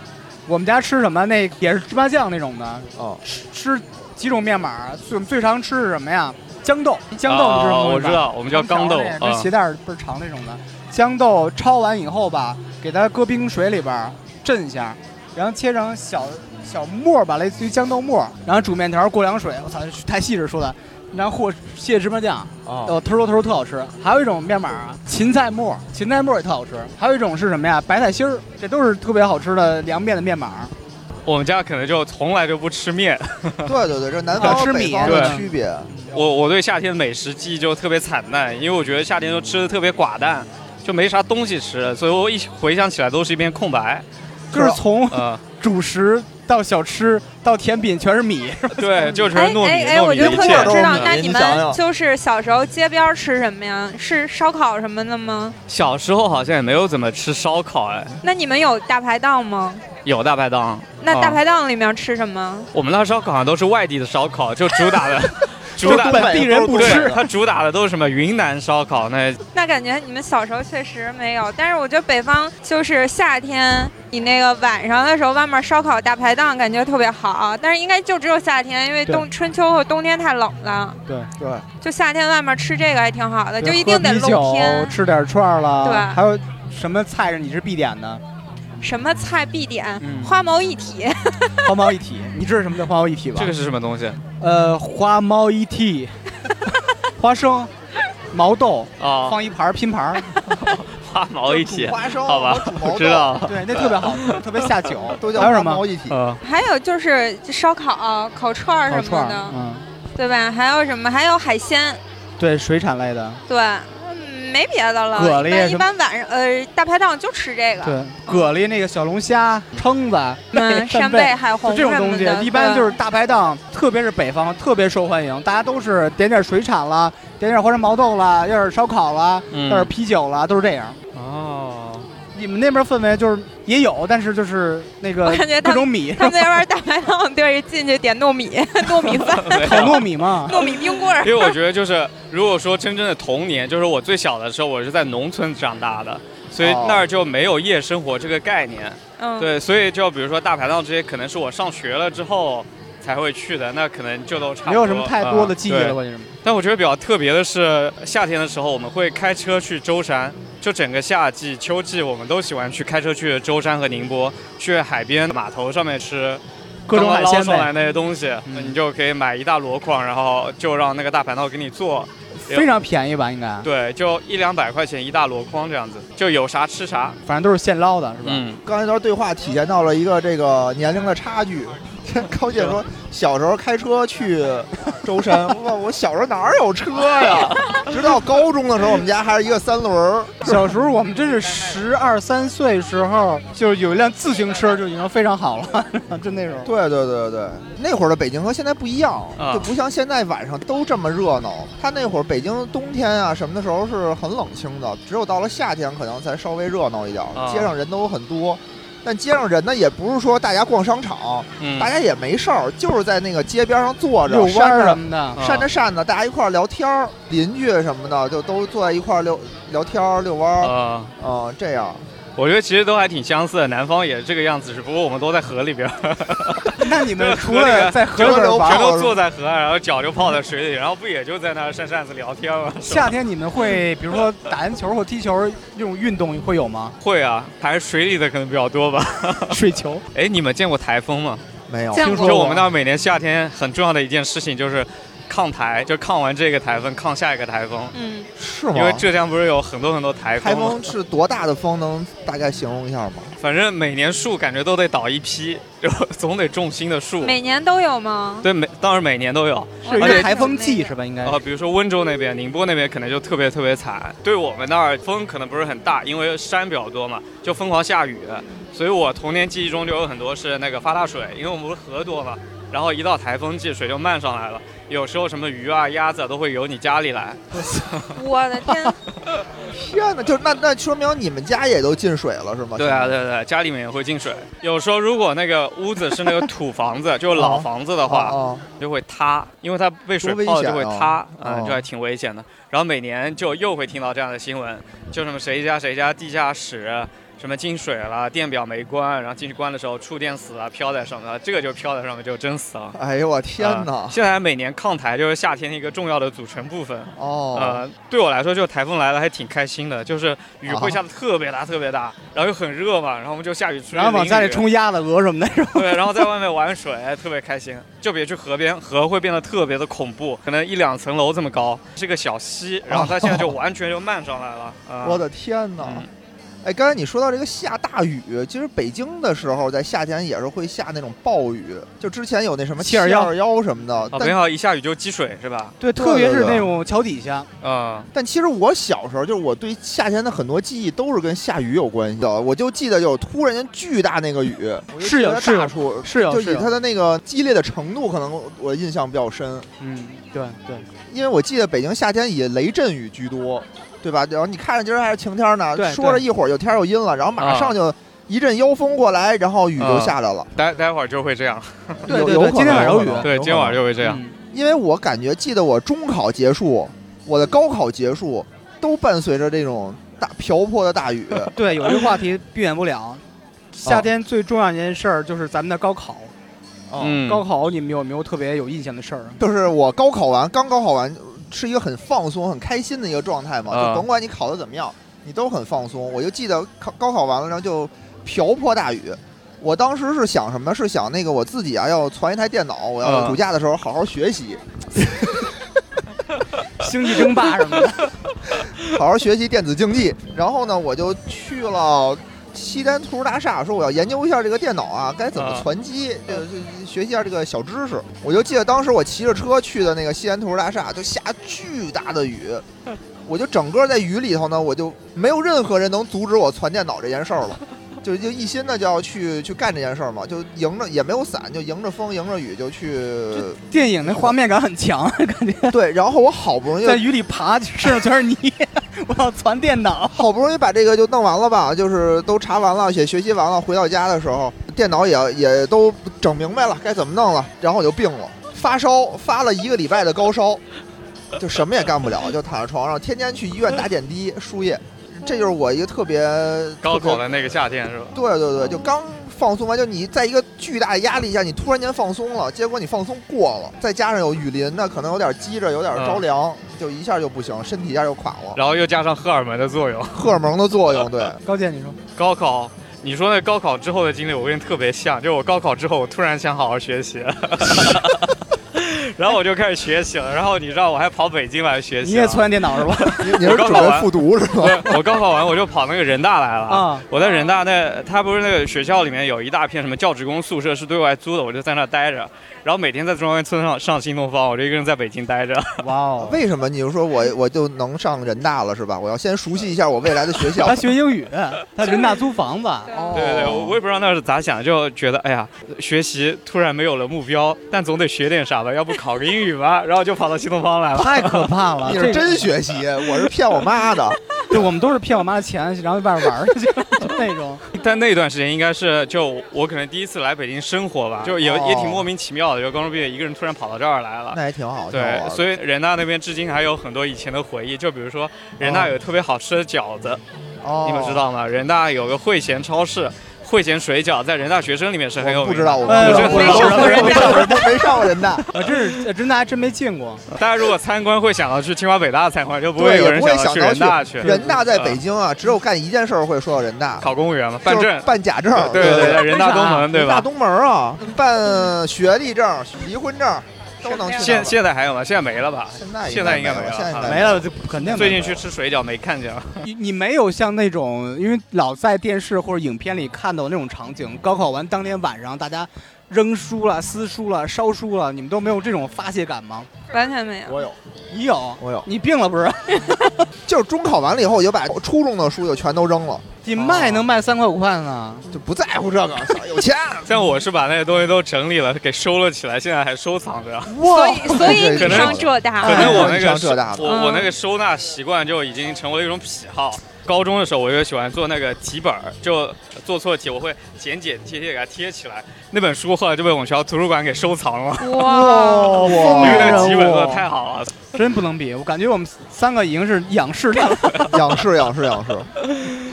Speaker 4: 我们家吃什么？那也是芝麻酱那种的，
Speaker 3: 哦，
Speaker 4: 吃几种面码？最我们最常吃是什么呀？豇豆，豇豆你知道
Speaker 2: 啊
Speaker 4: 吗？
Speaker 2: 我知道，我们叫
Speaker 4: 长
Speaker 2: 钢豆
Speaker 4: 条那
Speaker 2: 啊
Speaker 4: 跟鞋带儿倍儿长那种的。豇豆焯完以后吧，给它搁冰水里边儿镇一下，然后切成小小末儿吧，类似于豇豆末儿，然后煮面条儿过凉水。我操，这太细致说的。然后和蟹芝麻酱，
Speaker 3: 哦，
Speaker 4: 呃，特殊特殊特好吃。还有一种面码啊，芹菜末儿，芹菜末儿也特好吃。还有一种是什么呀？白菜心儿，这都是特别好吃的凉面的面码。
Speaker 2: 我们家可能就从来就不吃面，
Speaker 3: 对对对，这南
Speaker 4: 啊
Speaker 3: 方
Speaker 4: 吃
Speaker 3: 和北
Speaker 4: 米
Speaker 3: 方的
Speaker 2: 对
Speaker 3: 区 别。
Speaker 2: 我我对夏天美食记忆就特别惨淡，因为我觉得夏天都吃的特别寡淡，就没啥东西吃，所以我一回想起来都是一片空白。
Speaker 4: 就是从
Speaker 2: 呃，
Speaker 4: 主食到小吃到甜品全是米，
Speaker 2: 对，就全
Speaker 5: 哎
Speaker 2: 是糯
Speaker 5: 哎
Speaker 2: 米
Speaker 5: 哎，
Speaker 2: 糯
Speaker 5: 我
Speaker 2: 米
Speaker 5: 就
Speaker 2: 的一
Speaker 5: 特想
Speaker 3: 都
Speaker 2: 切。
Speaker 5: 知
Speaker 3: 是
Speaker 5: 道
Speaker 3: 糯，米
Speaker 5: 那
Speaker 3: 你
Speaker 5: 你
Speaker 3: 想
Speaker 5: 们
Speaker 3: 想
Speaker 5: 就是小时候街边儿吃什么呀？是烧烤什么的吗？
Speaker 2: 小时候好像也没有怎么吃烧烤，哎，
Speaker 5: 那你们有大排档吗？
Speaker 2: 有大排档。
Speaker 5: 那
Speaker 2: 啊
Speaker 5: 大排档里面吃什么？
Speaker 2: 我们那烧烤好像都是外地的烧烤，就主打的，主打
Speaker 3: 就是
Speaker 2: 的
Speaker 3: 东北
Speaker 4: 本地人不
Speaker 3: 都是
Speaker 4: 吃
Speaker 2: 对，。它主打的都是什么云南烧烤，那
Speaker 5: 那感觉你们小时候确实没有，但是我觉得北方就是夏天，你那个晚上的时候外面烧烤大排档感觉特别好，但是应该就只有夏天，因为
Speaker 4: 对
Speaker 5: 冬春秋和冬天太冷了，
Speaker 3: 对，
Speaker 5: 就夏天外面吃这个还挺好呃的，就一定得
Speaker 4: 喝啤
Speaker 5: 露天
Speaker 4: 酒，。吃点串儿了，
Speaker 5: 对
Speaker 4: 还有什么菜是你是必点的？
Speaker 5: 什么菜必点？
Speaker 4: 嗯
Speaker 5: 花毛一体，
Speaker 4: 花猫一体，你知道什么叫花猫一体吧？
Speaker 2: 这个是什么东西？
Speaker 4: 呃，花猫一体， 花生、毛豆
Speaker 3: 啊
Speaker 2: 哦，
Speaker 4: 放一盘儿拼盘 儿，
Speaker 2: 花毛一体
Speaker 3: 煮，花生
Speaker 2: 好吧
Speaker 3: 和煮，毛
Speaker 2: 我
Speaker 3: 豆
Speaker 2: 知道。
Speaker 4: 对，那特别好，特别下酒。
Speaker 3: 都叫
Speaker 4: 还有
Speaker 3: 花
Speaker 4: 什么呃
Speaker 3: 毛一体。
Speaker 2: 嗯，
Speaker 5: 还有就是烧烤、烤串儿
Speaker 4: 烤
Speaker 5: 什
Speaker 4: 串儿？
Speaker 5: 么的，
Speaker 4: 嗯，
Speaker 5: 对吧？还有什么？还有海鲜，
Speaker 4: 对，水产类的，
Speaker 5: 对，嗯没别的了。
Speaker 4: 蛤蜊
Speaker 5: 一般
Speaker 4: 什
Speaker 5: 一
Speaker 4: 么
Speaker 5: 般晚上，呃，大排档就吃这个。
Speaker 4: 对，蛤蜊那个小龙虾、蛏子、
Speaker 5: 嗯，扇贝、
Speaker 4: 贝。
Speaker 5: 海
Speaker 4: 就
Speaker 5: 虹
Speaker 4: 这种东
Speaker 5: 什么
Speaker 4: 西，
Speaker 5: 的嗯
Speaker 4: 一般就
Speaker 5: 对
Speaker 4: 是大排档，特别是北方特别受欢迎，大家都是点点水产啦，点点花生毛豆啦，要点烧烤啦，要点
Speaker 2: 嗯，
Speaker 4: 啤酒啦，都是这样。
Speaker 2: 哦，
Speaker 4: 你们那边氛围就是也有，但是就是那个
Speaker 5: 我感觉他
Speaker 4: 各种米，
Speaker 5: 他们那边大排档队进去点糯米、 糯米饭、
Speaker 2: 没有
Speaker 4: 烤糯米嘛，
Speaker 5: 糯米冰棍儿
Speaker 2: 因。为我觉得就是，如果说真正的童年，就是我最小的时候，我是在农村长大的，所以
Speaker 3: 哦
Speaker 2: 那儿就没有夜生活这个概念。
Speaker 5: 嗯，
Speaker 2: 对，所以就比如说大排档这些，可能是我上学了之后才会去的，那可能就都差不
Speaker 4: 没
Speaker 2: 多。
Speaker 4: 有什么太多的记忆了，
Speaker 2: 嗯对
Speaker 4: 关键是。
Speaker 2: 但我觉得比较特别的是，夏天的时候我们会开车去舟山，就整个夏季、秋季我们都喜欢去开车去舟山和宁波，去海边码头上面吃
Speaker 4: 各种海鲜
Speaker 2: 嗯捞上来
Speaker 4: 呗，
Speaker 2: 那些东西，
Speaker 4: 嗯
Speaker 2: 你就可以买一大箩筐，然后就让那个大盘道给你做。
Speaker 4: 非常便宜吧？应该，
Speaker 2: 对，就一两百块钱一大箩筐这样子，就有啥吃啥，
Speaker 4: 反正都是现捞的，是吧？
Speaker 2: 嗯，
Speaker 3: 刚才那段对话体现到了一个这个年龄的差距，高姐说，小时候开车去舟 山，哇，我小时候哪儿有车呀？直到高中的时候，我们家还是一个三轮儿。
Speaker 4: 小时候我们真是十二三岁时候，就是有一辆自行车就已经非常好了，就那时候。
Speaker 3: 对对对对，那会儿的北京和现在不一样，
Speaker 2: 啊
Speaker 3: 就不像现在晚上都这么热闹。它那会儿北京冬天啊什么的时候是很冷清的，只有到了夏天可能才稍微热闹一点儿，
Speaker 2: 啊
Speaker 3: 街上人都很多。但街上人呢，也不是说大家逛商场，
Speaker 2: 嗯
Speaker 3: 大家也没事儿，就是在那个街边上坐着
Speaker 4: 遛，弯
Speaker 3: 扇
Speaker 4: 儿
Speaker 3: 着
Speaker 4: 什么的，
Speaker 2: 啊
Speaker 3: 扇着扇子，大家一块儿聊天儿，邻居什么的就都坐在一块儿聊聊天儿、遛弯儿，
Speaker 2: 啊。
Speaker 3: 嗯、这样。
Speaker 2: 我觉得其实都还挺相似的，南方也是这个样子，只不过我们都在河里边儿，
Speaker 4: 那你们
Speaker 2: 对
Speaker 4: 除
Speaker 2: 河里
Speaker 4: 了
Speaker 2: 面
Speaker 4: 在 河里
Speaker 3: 河流
Speaker 4: 边
Speaker 3: 啊
Speaker 2: 全
Speaker 4: 玩，
Speaker 2: 都坐在河岸，然后脚就泡在水里，然后不也就在那儿扇扇子聊天 吗？
Speaker 4: 夏天你们会比如说打篮球或踢球这种运动会有吗？
Speaker 2: 会啊，还是水里的可能比较多吧。
Speaker 4: 水球，
Speaker 2: 哎，你们见过台风吗？
Speaker 3: 没有，
Speaker 5: 见过
Speaker 2: 听说我们那儿每年夏天很重要的一件事情就是抗台，就抗完这个台风，抗下一个台风。
Speaker 5: 嗯，
Speaker 3: 是 吗？
Speaker 2: 因为浙江不是有很多很多台
Speaker 3: 台
Speaker 2: 风吗？
Speaker 3: 风是多大的风？能大概形容一下吗？
Speaker 2: 反正每年树感觉都得倒一批，就总得种新的树。
Speaker 5: 每年都有吗？
Speaker 2: 对，每当然每年都有。
Speaker 4: 是一
Speaker 2: 而且
Speaker 4: 个台风季是吧？
Speaker 3: 哎
Speaker 4: 应该
Speaker 2: 啊，比如说温州那边、宁波那边可能就特别特别惨。对我们那儿风可能不是很大，因为山比较多嘛，就疯狂下雨。所以我童年记忆中就有很多是那个发大水，因为我们不是河多嘛，然后一到台风季水就漫上来了，有时候什么鱼啊、鸭子啊都会游你家里来。
Speaker 5: 我的 天，
Speaker 3: 天哪，就那那说明你们家也都进水了是吗？
Speaker 2: 对啊，对对，家里面也会进水。有时候如果那个屋子是那个土房 子，就是老房子的
Speaker 3: 哦，
Speaker 2: 话，
Speaker 3: 哦
Speaker 2: 就会塌，因为它被水
Speaker 3: 多危
Speaker 2: 泡了
Speaker 3: 险
Speaker 2: 就会
Speaker 3: 啊
Speaker 2: 塌，
Speaker 3: 哦
Speaker 2: 嗯，这还挺危险的。然后每年就又会听到这样的新闻，就什么谁家谁家地下室啊什么进水了，电表没关，然后进去关的时候触电死了，飘在上面了，这个就飘在上面就真死了。
Speaker 3: 哎呦我天哪！
Speaker 2: 啊现在每年抗台就是夏天一个重要的组成部分。
Speaker 3: 哦，
Speaker 2: 呃，对我来说，就台风来了还挺开心的，就是雨
Speaker 3: 啊
Speaker 2: 会下的特别大、特别大，然后又很热嘛，然后我们就下雨出去
Speaker 4: 然后往家里
Speaker 2: 淋雨
Speaker 4: 冲鸭子、鹅什么的，是吧？
Speaker 2: 对，然后在外面玩水，特别开心。就别去河边，河会变得特别的恐怖，可能一两层楼这么高，是个小溪。然后它现在就完全就漫上来了。啊
Speaker 3: 我的天哪！
Speaker 2: 嗯
Speaker 3: 哎，刚才你说到这个下大雨，其实北京的时候在夏天也是会下那种暴雨，就之前有那什么
Speaker 4: 七二幺
Speaker 3: 七二幺什么的，
Speaker 2: 哦，
Speaker 3: 但
Speaker 2: 没好一下雨就积水是吧？
Speaker 4: 对，特别是那种桥底下，
Speaker 2: 嗯，
Speaker 3: 但其实我小时候，就是我对夏天的很多记忆都是跟下雨有关系的。我就记得有突然间巨大那个雨，我就记
Speaker 4: 是有
Speaker 3: 得
Speaker 4: 是有
Speaker 3: 大处，
Speaker 4: 是有
Speaker 3: 就是以
Speaker 4: 有
Speaker 3: 它的那个激烈的程度，可能我印象比较深。
Speaker 4: 嗯，对对。
Speaker 3: 因为我记得北京夏天以雷阵雨居多，对吧？然后你看着今儿还是晴天呢
Speaker 4: 对，对
Speaker 3: 说着一会儿就天儿又阴了，然后马上就一阵妖风过来，然后雨就下来了。
Speaker 2: 待待会儿就会这样。
Speaker 4: 对
Speaker 3: 有
Speaker 4: 啊对
Speaker 3: 有
Speaker 4: 对
Speaker 3: 可能
Speaker 4: 今天晚上有雨
Speaker 3: 可能
Speaker 2: 对，
Speaker 3: 可能
Speaker 2: 今天晚上就会这样。
Speaker 4: 嗯
Speaker 3: 因为我感觉记得我中考结束，我的高考结束，都伴随着这种大瓢泼的大雨。
Speaker 4: 对，有一个话题避免不了，夏天最重要一件事儿就是咱们的高考。
Speaker 2: 嗯，
Speaker 4: 高考你们有没有特别有印象的事儿啊？
Speaker 3: 就是我高考完，刚高考完，是一个很放松、很开心的一个状态嘛，
Speaker 2: 啊
Speaker 3: 就甭管你考得怎么样，你都很放松。我就记得考高考完了，然后就瓢泼大雨。我当时是想什么？是想那个我自己啊，要攒一台电脑，我要
Speaker 2: 啊
Speaker 3: 暑假的时候好好学习，
Speaker 4: 星际争霸什么 的，
Speaker 3: 好好学习电子竞技。然后呢，我就去了西单图书大厦，说我要研究一下这个电脑啊，该怎么
Speaker 2: 啊
Speaker 3: 攒机，这个这学习一下这个小知识。我就记得当时我骑着车去的那个西单图书大厦，就下巨大的雨，我就整个在雨里头呢，我就没有任何人能阻止我攒电脑这件事儿了。就就一心的就要去去干这件事儿嘛，就迎着也没有伞，就迎着风迎着雨就去，
Speaker 4: 电影那画面感很强， 感觉
Speaker 3: 对。然后我好不容易
Speaker 4: 在雨里爬，身上全是泥， 我要攒电脑。
Speaker 3: 好不容易把这个就弄完了吧，就是都查完了，也学习完了，回到家的时候，电脑也也都整明白了该怎么弄了，然后我就病了，发烧，发了一个礼拜的高烧，就什么也干不了，就躺在床上，天天去医院打点滴、输液，这就是我一个特别
Speaker 2: 高考
Speaker 3: 特别
Speaker 2: 的那个夏天是吧？
Speaker 3: 对对对，就刚放松完，就你在一个巨大的压力下，你突然间放松了，结果你放松过了，再加上有雨淋呢，可能有点积着，有点
Speaker 2: 嗯
Speaker 3: 着凉，就一下就不行，身体一下就垮了，
Speaker 2: 然后又加上荷尔蒙的作用，
Speaker 3: 荷尔蒙的作用，对。
Speaker 4: 高健，你说
Speaker 2: 高考。你说那高考之后的经历，我跟你特别像，就我高考之后，我突然想好好学习， 然后我就开始学习了。然后你知道我还跑北京来学习
Speaker 4: 你
Speaker 2: 了。
Speaker 4: 也搓完电脑是吧？
Speaker 3: 你你是准备复读是吧？
Speaker 2: 对，我高考完我就跑那个人大来了
Speaker 4: 啊
Speaker 2: 我在人大那，他不是那个学校里面有一大片什么教职工宿舍是对外租的，我就在那待着，然后每天在中关村上上新东方，我就一个人在北京待着。
Speaker 4: 哇哦！
Speaker 3: 为什么你就说我我就能上人大了是吧？我要先熟悉一下我未来的 学校
Speaker 4: 他。学英语，他人大租房子，
Speaker 5: 对
Speaker 3: 哦
Speaker 2: 对对对，我我也不知道那是咋想的，就觉得哎呀，学习突然没有了目标，但总得学点啥吧，要不考个英语吧，然后就跑到新东方来了。
Speaker 4: 太可怕了！
Speaker 3: 你
Speaker 4: 这
Speaker 3: 是
Speaker 4: 个
Speaker 3: 真学习，我是骗我 妈的。
Speaker 4: 对，我们都是骗我妈的钱，然后在外边玩儿 去，就就那种。
Speaker 2: 但那段时间应该是就我可能第一次来北京生活吧，就也、
Speaker 3: 哦
Speaker 2: 也挺莫名其妙的，就高中毕业一个人突然跑到这儿来了。
Speaker 3: 那也挺好，啊挺
Speaker 2: 对
Speaker 3: 好玩，的
Speaker 2: 所以人大那边至今还有很多以前的回忆，就比如说人大有特别好吃的饺子，
Speaker 3: 哦
Speaker 2: 你们知？道吗？人大有个汇贤超市，汇贤水饺在人大学生里面是很有
Speaker 3: 我
Speaker 2: 名的。
Speaker 3: 不知道，我不
Speaker 4: 哎
Speaker 3: 知道，
Speaker 2: 我
Speaker 3: 没上过
Speaker 2: 我
Speaker 3: 人大，没上过人大，
Speaker 4: 我啊真是真的还真没进过。
Speaker 2: 大家如果参观会想到去清华北大参观， 就不会
Speaker 3: 对，
Speaker 2: 有
Speaker 3: 也
Speaker 2: 人
Speaker 3: 不会
Speaker 2: 到
Speaker 3: 想
Speaker 2: 去人大
Speaker 3: 到
Speaker 2: 去
Speaker 3: 人大在北
Speaker 2: 嗯
Speaker 3: 京啊，只有干一件事儿会说到人大，
Speaker 2: 考公务员嘛，
Speaker 3: 就
Speaker 2: 办
Speaker 3: 是
Speaker 2: 证。
Speaker 3: 办假证，
Speaker 2: 对
Speaker 3: 对
Speaker 2: 对，人大
Speaker 4: 为啥
Speaker 2: 东门对
Speaker 3: 人大
Speaker 2: 吧？
Speaker 3: 东门啊，办学历证、离婚证都能去那儿。
Speaker 2: 现现在还有吗？现在没了吧？
Speaker 3: 现在
Speaker 2: 现在应该
Speaker 3: 没
Speaker 2: 没
Speaker 3: 有
Speaker 2: 了
Speaker 3: 现在应该
Speaker 2: 啊
Speaker 4: 没了就肯定没了
Speaker 2: 最近去吃水饺没看 见了。
Speaker 4: 你你没有像那种，因为老在电视或者影片里看到那种场景，高考完当天晚上大家扔书了、撕书了、烧书了，你们都没有这种发泄感吗？
Speaker 5: 完全没有。
Speaker 3: 我有，
Speaker 4: 你有？
Speaker 3: 我有，
Speaker 4: 你病了不是？
Speaker 3: 就是中考完了以后，我就把初中的书就全都扔了，
Speaker 4: 你卖能卖三块五块呢？
Speaker 3: 就不在 乎这个，有钱。
Speaker 2: 像我是把那些东西都整理了，给收了起来，现在还收藏
Speaker 4: 啊
Speaker 2: 着。
Speaker 5: 所以，所以
Speaker 2: 可
Speaker 5: 你
Speaker 2: 能
Speaker 5: 上浙大
Speaker 2: 可能
Speaker 5: 了，
Speaker 2: 我那
Speaker 3: 你上
Speaker 2: 个
Speaker 3: 浙大
Speaker 2: 收我我
Speaker 5: 嗯
Speaker 2: 那个收纳习惯就已经成为了一种癖好。高中的时候，我就喜欢做那个题本儿，就做错题我会剪剪贴贴给它贴起来。那本书后来就被我们学校图书馆给收藏了，
Speaker 5: 哇，
Speaker 2: 因
Speaker 3: 哇
Speaker 2: 为
Speaker 4: 人
Speaker 2: 那
Speaker 4: 物
Speaker 2: 题本做的太好了。
Speaker 4: 真不能比，我感觉我们三个已经是仰视了。
Speaker 3: 仰视仰视仰视，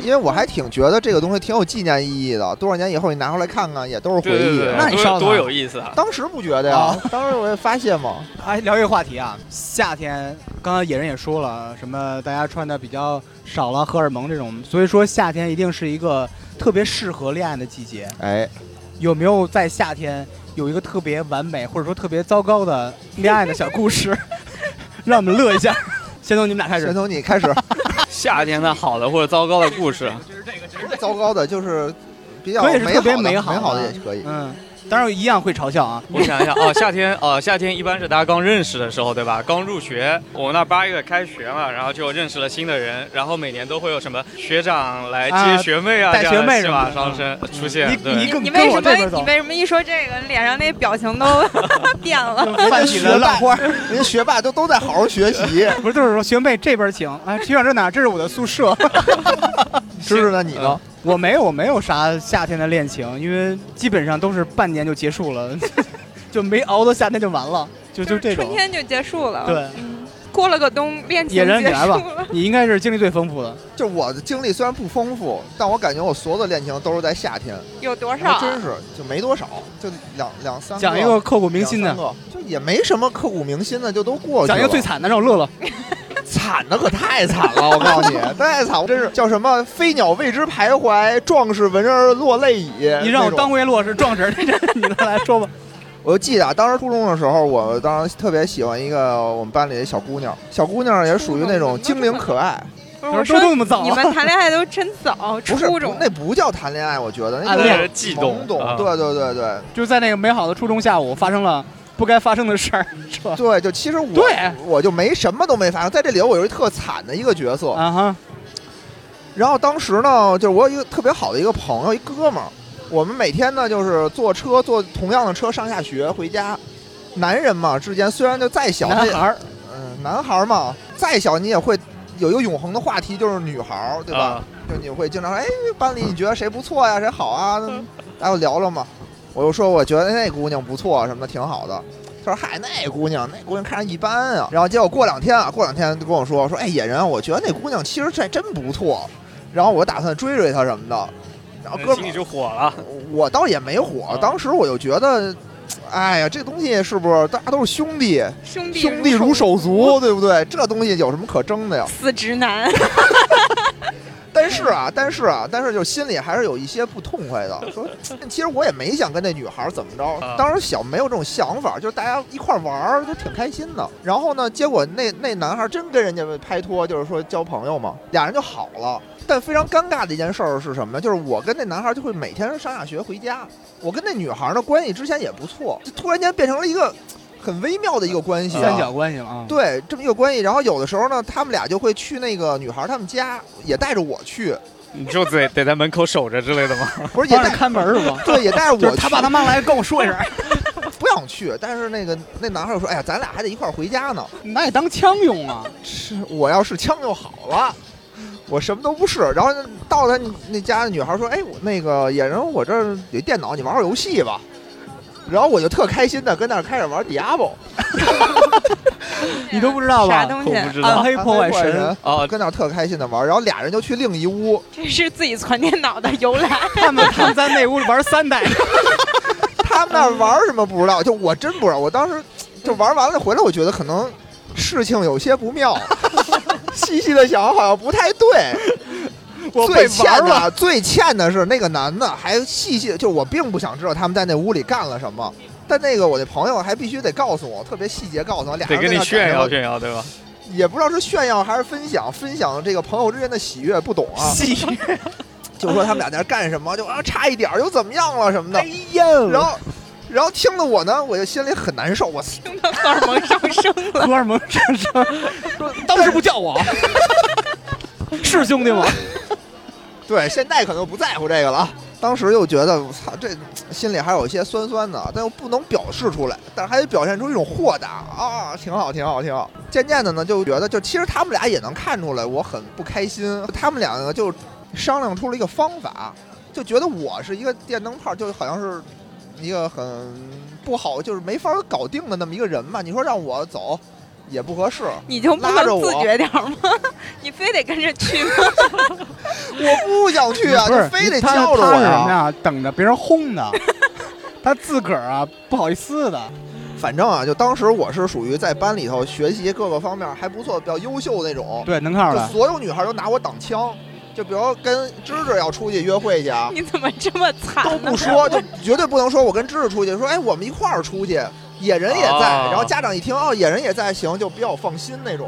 Speaker 3: 因为我还挺觉得这个东西挺有纪念意义的，多少年以后你拿回来看看，也都是
Speaker 2: 对
Speaker 3: 回
Speaker 2: 对
Speaker 3: 忆。
Speaker 2: 对，
Speaker 4: 那你烧它
Speaker 2: 多多有意思啊！
Speaker 3: 当时不觉得呀
Speaker 4: 啊，
Speaker 3: 当时我也发泄嘛。
Speaker 4: 哎，聊一个话题啊，夏天，刚刚野人也说了，什么大家穿的比较少了，荷尔蒙这种，所以说夏天一定是一个特别适合恋爱的季节。
Speaker 3: 哎，
Speaker 4: 有没有在夏天有一个特别完美或者说特别糟糕的恋爱的小故事， 让我们乐一下？先从你们俩开
Speaker 3: 先
Speaker 4: 始。
Speaker 3: 从你开始，
Speaker 2: 夏天的好的或者糟糕的故事，啊
Speaker 3: 糟糕的就是比较
Speaker 4: 可以是
Speaker 3: 美
Speaker 4: 特
Speaker 3: 好
Speaker 4: 别
Speaker 3: 的，
Speaker 4: 美
Speaker 3: 美
Speaker 4: 好的
Speaker 3: 的也可以。
Speaker 4: 嗯，当然一样会嘲笑啊。
Speaker 2: 我想一想哦，夏天哦，夏天一般是大家刚认识的时候，对吧？刚入学，我们那八月开学嘛，然后就认识了新的人，然后每年都会有什么学长来
Speaker 4: 啊
Speaker 2: 接学妹啊，
Speaker 4: 带
Speaker 2: 这样的
Speaker 4: 学妹
Speaker 2: 戏码
Speaker 4: 什么的嗯
Speaker 2: 上身出现。
Speaker 4: 你
Speaker 2: 对
Speaker 4: 你
Speaker 5: 你
Speaker 4: 跟
Speaker 5: 你
Speaker 4: 跟
Speaker 5: 为
Speaker 4: 我
Speaker 5: 什
Speaker 4: 这边
Speaker 5: 么
Speaker 4: 走
Speaker 5: 你为什么一说这个，脸上那表情都 变了？
Speaker 4: 泛起了浪花，
Speaker 3: 人家学霸都都在好好学 习，
Speaker 4: 不是就是说学妹这边请，哎，学长这哪？这是我的宿舍。
Speaker 3: 知道呢你呢？
Speaker 4: 我没有，我没有啥夏天的恋情，因为基本上都是半年就结束了， 就没熬到夏天就完了，就就这
Speaker 5: 春
Speaker 4: 种。
Speaker 5: 天就结束了，嗯
Speaker 4: 对，
Speaker 5: 过了个冬，恋情
Speaker 4: 野人你
Speaker 5: 结
Speaker 4: 来
Speaker 5: 束
Speaker 4: 吧
Speaker 5: 了。，
Speaker 4: 你应该是经历最丰富的。
Speaker 3: 就我的经历虽然不丰富，但我感觉我所有的恋情都是在夏天，
Speaker 5: 有多少
Speaker 3: 还
Speaker 5: 啊？
Speaker 3: 真是就没多少，就两两三
Speaker 4: 讲一个刻骨铭心的
Speaker 3: 两，三个，就也没什么刻骨铭心的，就都过去了。
Speaker 4: 讲一个最惨的，让我乐乐。
Speaker 3: 惨的可太惨了，我告诉 你，太惨，我真是叫什么“飞鸟为之徘徊，壮士闻而落泪矣”那种。
Speaker 4: 你让我当归落是壮士，这 这你来说吧。
Speaker 3: 我记得啊，当时初中的时候，我当时特别喜欢一个我们班里的小姑娘，小姑娘也属于那种精灵可爱，
Speaker 5: 不是我
Speaker 4: 都
Speaker 5: 说
Speaker 4: 都那么早啊
Speaker 5: 你
Speaker 4: 了，
Speaker 5: 们谈恋爱都真早，
Speaker 3: 不是
Speaker 5: 初中
Speaker 3: 不那不叫谈恋爱，我觉得那
Speaker 4: 暗
Speaker 3: 就
Speaker 2: 恋
Speaker 3: 是
Speaker 2: 悸动
Speaker 3: 懵懂
Speaker 2: 啊，
Speaker 3: 对对对对
Speaker 4: 就在那个美好的初中下午发生了不该发生的事儿， 是吧？
Speaker 3: 对，就其实我
Speaker 4: 对
Speaker 3: 我就没什么都没发生，在这里头我有一特惨的一个角色，
Speaker 4: 啊哈，
Speaker 3: 然后当时呢，就是我有一个特别好的一个朋友，一哥们儿，我们每天呢就是坐车坐同样的车上下学回家。男人嘛，之间虽然就再小，
Speaker 4: 男
Speaker 3: 他也
Speaker 4: 孩儿
Speaker 3: 嗯，男孩儿嘛，再小你也会有一个永恒的话题，就是女孩儿，对吧？
Speaker 2: 啊，
Speaker 3: 就你会经常说，哎，班里你觉得谁不错呀，谁好啊？
Speaker 5: 嗯
Speaker 3: 大家就聊聊嘛。我就说，我觉得哎那姑娘不错，什么的挺好的。他说，嗨，那姑娘，那姑娘看着一般啊。然后结果过两天啊，过两天就跟我说，说，哎，野人，我觉得那姑娘其实还真不错。然后我打算追追她什么的。然
Speaker 4: 啊
Speaker 3: 后
Speaker 2: 那
Speaker 3: 哥
Speaker 2: 心
Speaker 3: 们
Speaker 2: 里
Speaker 3: 儿，
Speaker 2: 就火了。
Speaker 3: 我倒也没火
Speaker 2: 嗯，
Speaker 3: 当时我就觉得，哎呀，这东西是不是大家都是兄弟，
Speaker 5: 兄弟
Speaker 3: 兄弟如手足，对不对？这东西有什么可争的呀？
Speaker 5: 死直男，
Speaker 3: 但是啊，但是啊，但是就心里还是有一些不痛快的。说，其实我也没想跟那女孩儿怎么着
Speaker 2: 啊，
Speaker 3: 当时小没有这种想法，就是大家一块儿玩儿都挺开心的。然后呢，结果那那男孩儿真跟人家拍拖，就是说交朋友嘛，俩人就好了。但非常尴尬的一件事儿是什么呢？就是我跟那男孩儿就会每天上下学回家，我跟那女孩儿呢关系之前也不错，就突然间变成了一个很微妙的一个关系、啊，
Speaker 4: 三角关系嘛啊，
Speaker 3: 对，这么一个关系。然后有的时候呢，他们俩就会去那个女孩儿他们家，也带着我去，
Speaker 2: 你就得得在门口守着之类的吗？
Speaker 3: 不是也
Speaker 4: 啊帮着
Speaker 3: 带
Speaker 4: 看门儿是吧？
Speaker 3: 对，也带 着
Speaker 4: 就
Speaker 3: 我
Speaker 4: 是
Speaker 3: 去。
Speaker 4: 他爸他妈来跟我说一声，
Speaker 3: 不想去，但是那个那男孩儿就说：“哎呀，咱俩还得一块儿回家呢。
Speaker 4: 拿你当枪用啊！
Speaker 3: 是我要是枪就好了。”我什么都不是，然后到他那家的女孩儿说：“哎，我那个野人，我这儿有电脑，你玩会儿游戏吧。”然后我就特开心的跟那儿开始玩 Diablo，
Speaker 4: 你都不知道吧
Speaker 5: 啥东
Speaker 2: 我
Speaker 5: 西？
Speaker 2: 不知
Speaker 4: 暗
Speaker 2: 道。
Speaker 3: 啊
Speaker 4: 黑破坏神，
Speaker 2: 哦，
Speaker 3: 跟那儿特开心的玩，然后俩人就去另一屋，
Speaker 7: 这是自己存电脑的由来。
Speaker 4: 他们他们在那屋里玩三代，
Speaker 3: 他们那儿玩什么不知道，就我真不知道。我当时就玩完了回来，我觉得可能事情有些不 妙，细细的想好像不太对。
Speaker 4: 我被
Speaker 3: 最欠
Speaker 4: 玩了。
Speaker 3: 的最欠的是那个男的还细细，就是我并不想知道他们在那屋里干了什么。但那个我那朋友还必须得告诉我，特别细节告诉我，俩
Speaker 2: 得
Speaker 3: 人
Speaker 2: 跟你
Speaker 3: 在那
Speaker 2: 炫
Speaker 3: 干什
Speaker 2: 耀
Speaker 3: 么，
Speaker 2: 炫耀，对吧？
Speaker 3: 也不知道是炫耀还是分享，分享这个朋友之间的喜悦，不懂啊，
Speaker 4: 戏
Speaker 3: 就说他们俩在那干什么，就啊差一点儿就怎么样了什么的。
Speaker 4: 呀，
Speaker 3: 然 后，然后听了我呢，我就心里很难受，我操
Speaker 7: 听到荷尔蒙上 升了，
Speaker 4: 荷尔蒙上升， 说当时不叫我，是兄弟吗？
Speaker 3: 对，现在可能不在乎这个了。啊当时就觉得，我操，这心里还有一些酸酸的，但又不能表示出来，但是还得表现出一种豁达啊，挺好，挺好，挺好。渐渐的呢，就觉得，就其实他们俩也能看出来我很不开心。他们俩呢，就商量出了一个方法，就觉得我是一个电灯泡，就好像是一个很不好，就是没法搞定的那么一个人嘛。你说让我走，也不合适。
Speaker 5: 你就不
Speaker 3: 拉着
Speaker 5: 能
Speaker 3: 我
Speaker 5: 自觉点儿吗？ 你非得跟着去 吗？
Speaker 3: 我不想去啊，
Speaker 4: 不
Speaker 3: 就是非得
Speaker 4: 他
Speaker 3: 叫着我
Speaker 4: 他是
Speaker 3: 呀、
Speaker 4: 什么呀？等着别人轰的， 他自个儿啊不好意思的。
Speaker 3: 反正啊，就当时我是属于在班里头学习各个方面还不错、比较优秀那种，
Speaker 4: 对，能看出
Speaker 3: 就
Speaker 4: 来。
Speaker 3: 所有女孩都拿我挡枪。就比如跟芝芝要出去约会去啊，
Speaker 7: 你怎么这么惨呢？
Speaker 3: 都不 说，就绝对不能说我跟芝芝出去，说哎我们一块儿出去，野人也在，
Speaker 2: 啊
Speaker 3: 然后家长一听哦野人也在，行就比较放心那种。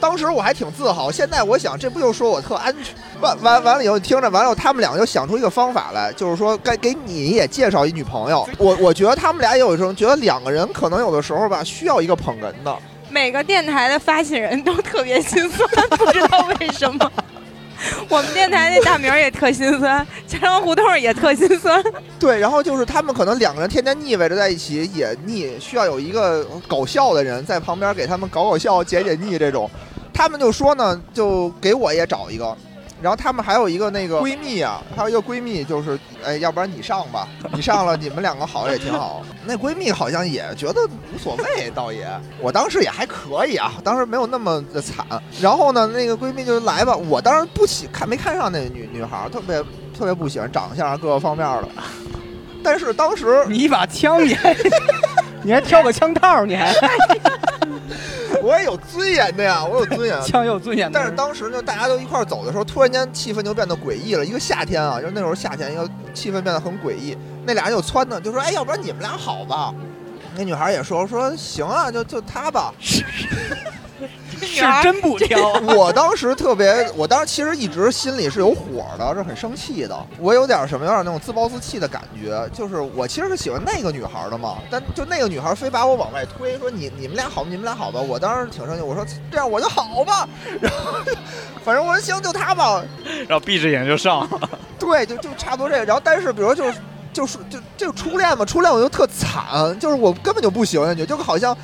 Speaker 3: 当时我还挺自豪，现在我想这不就说我特安全？完完完了以后，听着完了以后，他们两个就想出一个方法来，就是说该给你也介绍一女朋友。我我觉得他们俩有一种觉得两个人可能有的时候吧需要一个捧哏的，
Speaker 7: 每个电台的发起人都特别心 酸，不知道为什么。
Speaker 5: 我们电台那大名儿也特心酸，家长胡同儿也特心酸。
Speaker 3: 对，然后就是他们可能两个人天天腻歪着在一起，也腻，需要有一个搞笑的人在旁边给他们搞搞笑、解解腻这种。他们就说呢，就给我也找一个。然后他们还有一个那个闺蜜啊，还有一个闺蜜就是，哎，要不然你上吧，你上了，你们两个好也挺好。 那闺蜜好像也觉得无所谓，倒也，我当时也还可以啊，当时没有那么的惨。然后呢，那个闺蜜就来吧，我当时不喜看没看上那个女女孩儿，特别特别不喜欢长相啊各个方面的。但是当时
Speaker 4: 你一把枪，你还 你还挑个枪套，你还。
Speaker 3: 我也有尊严的呀，我有尊 严
Speaker 4: 枪有尊严的
Speaker 3: 啊但是
Speaker 4: 人。
Speaker 3: 当时呢，大家都一块儿走的时候，突然间气氛就变得诡异了。一个夏天啊，就是那时候夏天，一个气氛变得很诡异。那俩人就撺掇，就说：“哎，要不然你们俩好吧？”那女孩也说：“说行啊，就就他吧。
Speaker 4: 是
Speaker 3: 啊
Speaker 4: 真不挑，”
Speaker 3: 我当时特别，我当时其实一直心里是有火的，是很生气的。我有点什么，有点那种自暴自弃的感觉。就是我其实是喜欢那个女孩的嘛，但就那个女孩非把我往外推，说你你们俩好，你们俩好吧。我当时挺生气，我说这样我就好吧。 然后反正我说行，就他吧。
Speaker 2: 然后闭着眼就上，
Speaker 3: 对，就就差不多这个。然后但是比如就是就是就就初恋嘛，初恋我就特惨，就是我根本就不喜欢那女，就好像